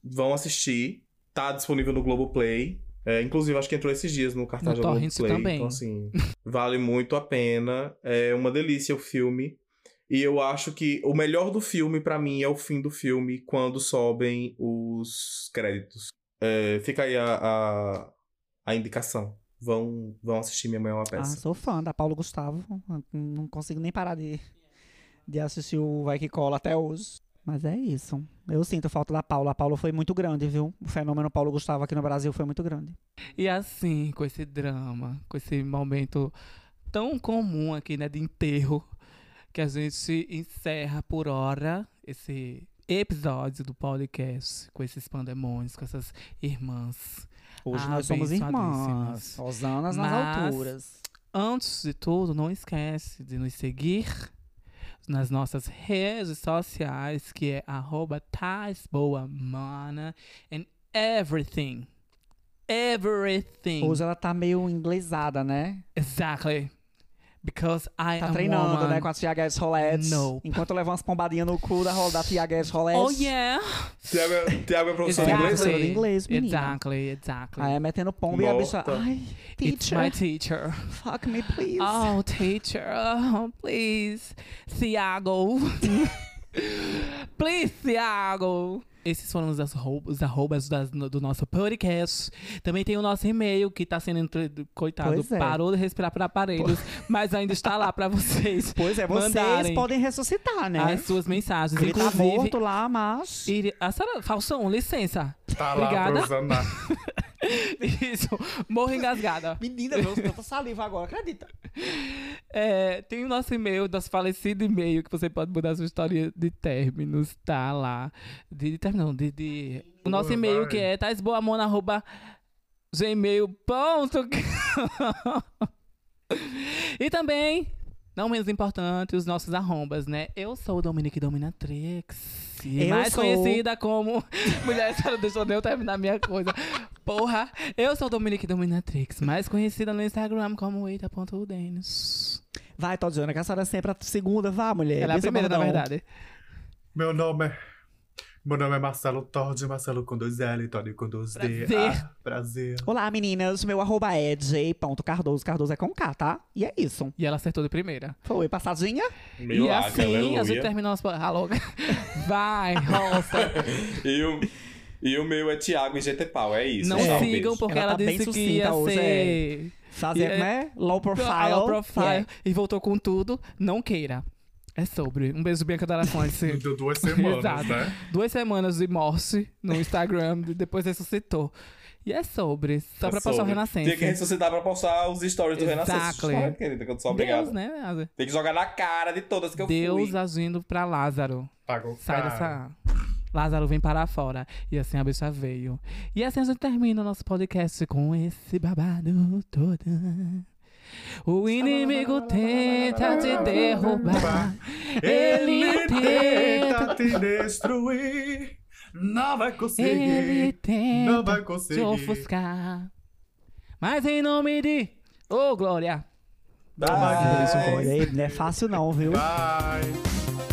Speaker 3: vão assistir. Tá disponível no Globoplay. É, inclusive, acho que entrou esses dias no cartaz
Speaker 1: No
Speaker 3: da
Speaker 1: Torrent
Speaker 3: Globoplay.
Speaker 1: também.
Speaker 3: Então, assim, vale muito a pena. É uma delícia o filme. E eu acho que o melhor do filme, pra mim, é o fim do filme, quando sobem os créditos. É, fica aí a, a, a indicação. Vão, vão assistir Minha Mãe é uma
Speaker 2: Ah,
Speaker 3: Peça.
Speaker 2: sou fã da Paulo Gustavo. Não consigo nem parar de, de assistir o Vai Que Cola até hoje. Mas é isso. Eu sinto falta da Paula. A Paula foi muito grande, viu? O fenômeno Paulo Gustavo aqui no Brasil foi muito grande.
Speaker 1: E assim, com esse drama, com esse momento tão comum aqui, né, de enterro, que a gente encerra por hora esse episódio do podcast com esses pandemônios, com essas irmãs.
Speaker 2: Hoje
Speaker 1: Ah,
Speaker 2: nós somos irmãs.
Speaker 1: abençoadíssimas.
Speaker 2: Osanas nas
Speaker 1: Mas-
Speaker 2: alturas.
Speaker 1: Antes de tudo, não esquece de nos seguir nas nossas redes sociais, que é arroba taisboamana and everything. Everything.
Speaker 2: Hoje ela tá meio inglesada, né?
Speaker 1: Exactly. Because I
Speaker 2: Tá
Speaker 1: am
Speaker 2: treinando,
Speaker 1: woman.
Speaker 2: né? Com a Tia Guedes Rolete.
Speaker 1: Nope.
Speaker 2: Enquanto eu levo umas pombadinhas no cu da, rola da Tia Guedes Rolete.
Speaker 1: Oh yeah.
Speaker 3: Tiago é- Tiago é professor de
Speaker 2: Exato.
Speaker 3: inglês?
Speaker 2: Professora de inglês, menina.
Speaker 1: Exactly, exactly.
Speaker 2: Aí é metendo pomba e a bicha.
Speaker 3: Morta.
Speaker 2: Ai,
Speaker 1: It's my
Speaker 2: é? teacher,
Speaker 1: teacher.
Speaker 2: fuck me, please.
Speaker 1: Oh, teacher, oh, please, Thiago. please, Thiago. Esses foram os arrobas, os arrobas das- do nosso podcast. Também tem o nosso e-mail que tá sendo, entre- coitado,
Speaker 2: Pois é.
Speaker 1: parou de respirar por aparelhos, mas ainda está lá para vocês
Speaker 2: Pois é, vocês
Speaker 1: mandarem
Speaker 2: podem ressuscitar, né?
Speaker 1: as suas mensagens.
Speaker 2: Ele tá
Speaker 1: Inclusive,
Speaker 2: morto lá, mas.
Speaker 1: Iri- Ah, Sara, Falsão, licença.
Speaker 4: Tá
Speaker 1: Obrigada.
Speaker 4: lá, Rosana.
Speaker 1: Isso, morro engasgada.
Speaker 2: Menina, meu, tanta saliva agora, acredita.
Speaker 1: É, tem o nosso e-mail, nosso falecido e-mail, que você pode mudar sua história de términos, tá lá. De, de término, não, de, de- O nosso
Speaker 4: Boa,
Speaker 1: e-mail
Speaker 4: vai.
Speaker 1: que é taisboamona.gmail.com E também, não menos importante, os nossos arrombas, né? Eu sou o Dominique Dominatrix. e
Speaker 2: Eu
Speaker 1: mais
Speaker 2: sou-
Speaker 1: conhecida como Mulher Sara, deixa eu terminar minha coisa. Porra, eu sou o Dominique Dominatrix, mais conhecida no Instagram como eita.denis.
Speaker 2: Vai, Todiana, que a senhora é sempre a segunda, vá, mulher.
Speaker 1: Ela é a
Speaker 2: Bem seu
Speaker 1: primeira, na
Speaker 2: bordão.
Speaker 1: verdade.
Speaker 4: Meu nome é. Meu nome é Marcelo Todd, Marcelo com dois L, Todd com dois D.
Speaker 1: Prazer.
Speaker 4: Ah, prazer.
Speaker 2: Olá, meninas. Meu arroba é j.cardoso. Cardoso é com K, tá? E é isso.
Speaker 1: E ela acertou de primeira.
Speaker 2: Foi, passadinha?
Speaker 1: e
Speaker 3: Milagre,
Speaker 1: assim a gente
Speaker 3: aleluia.
Speaker 1: terminou nosso. Alô? Vai, roça.
Speaker 3: E o, e o meu é Thiago e GT Pau, é isso.
Speaker 1: Não
Speaker 3: Tchau,
Speaker 1: sigam,
Speaker 3: beijo.
Speaker 1: porque ela,
Speaker 2: Ela tá bem
Speaker 1: disse que
Speaker 2: sucinta
Speaker 1: ia
Speaker 2: hoje,
Speaker 1: ser.
Speaker 2: Fazer,
Speaker 1: E-
Speaker 2: né? Low profile. É.
Speaker 1: Alô, profile.
Speaker 2: Yeah.
Speaker 1: E voltou com tudo. Não queira. É sobre. Um beijo, Bianca da
Speaker 4: Me
Speaker 1: Fonte.
Speaker 4: deu duas semanas,
Speaker 1: Exato.
Speaker 4: né?
Speaker 1: Duas semanas de morte no Instagram, de- depois ressuscitou. E é sobre. Só pra passar o
Speaker 3: Sobre.
Speaker 1: Renascença.
Speaker 3: Tinha que ressuscitar pra postar os stories do Renascença.
Speaker 1: Exactly.
Speaker 3: História, querida, que eu sou obrigado.
Speaker 1: Deus, né? Asa?
Speaker 3: Tem que jogar na cara de todas que eu
Speaker 1: Deus
Speaker 3: fui.
Speaker 1: agindo pra Lázaro.
Speaker 4: Pagou
Speaker 1: Sai
Speaker 4: caro.
Speaker 1: dessa. Lázaro vem para fora. E assim a bicha veio. E assim a gente termina o nosso podcast com esse babado todo. O inimigo tenta te derrubar. Ele
Speaker 4: Ele
Speaker 1: tenta.
Speaker 4: tenta te destruir. Não vai
Speaker 1: Ele
Speaker 4: conseguir. Não
Speaker 1: tenta
Speaker 4: vai
Speaker 1: te
Speaker 4: conseguir.
Speaker 1: ofuscar. Mas em nome de. Ô, Glória!
Speaker 3: Dá
Speaker 2: Ah,
Speaker 3: mais.
Speaker 2: isso foi. Ei, Não é fácil não, é viu?
Speaker 4: Bye.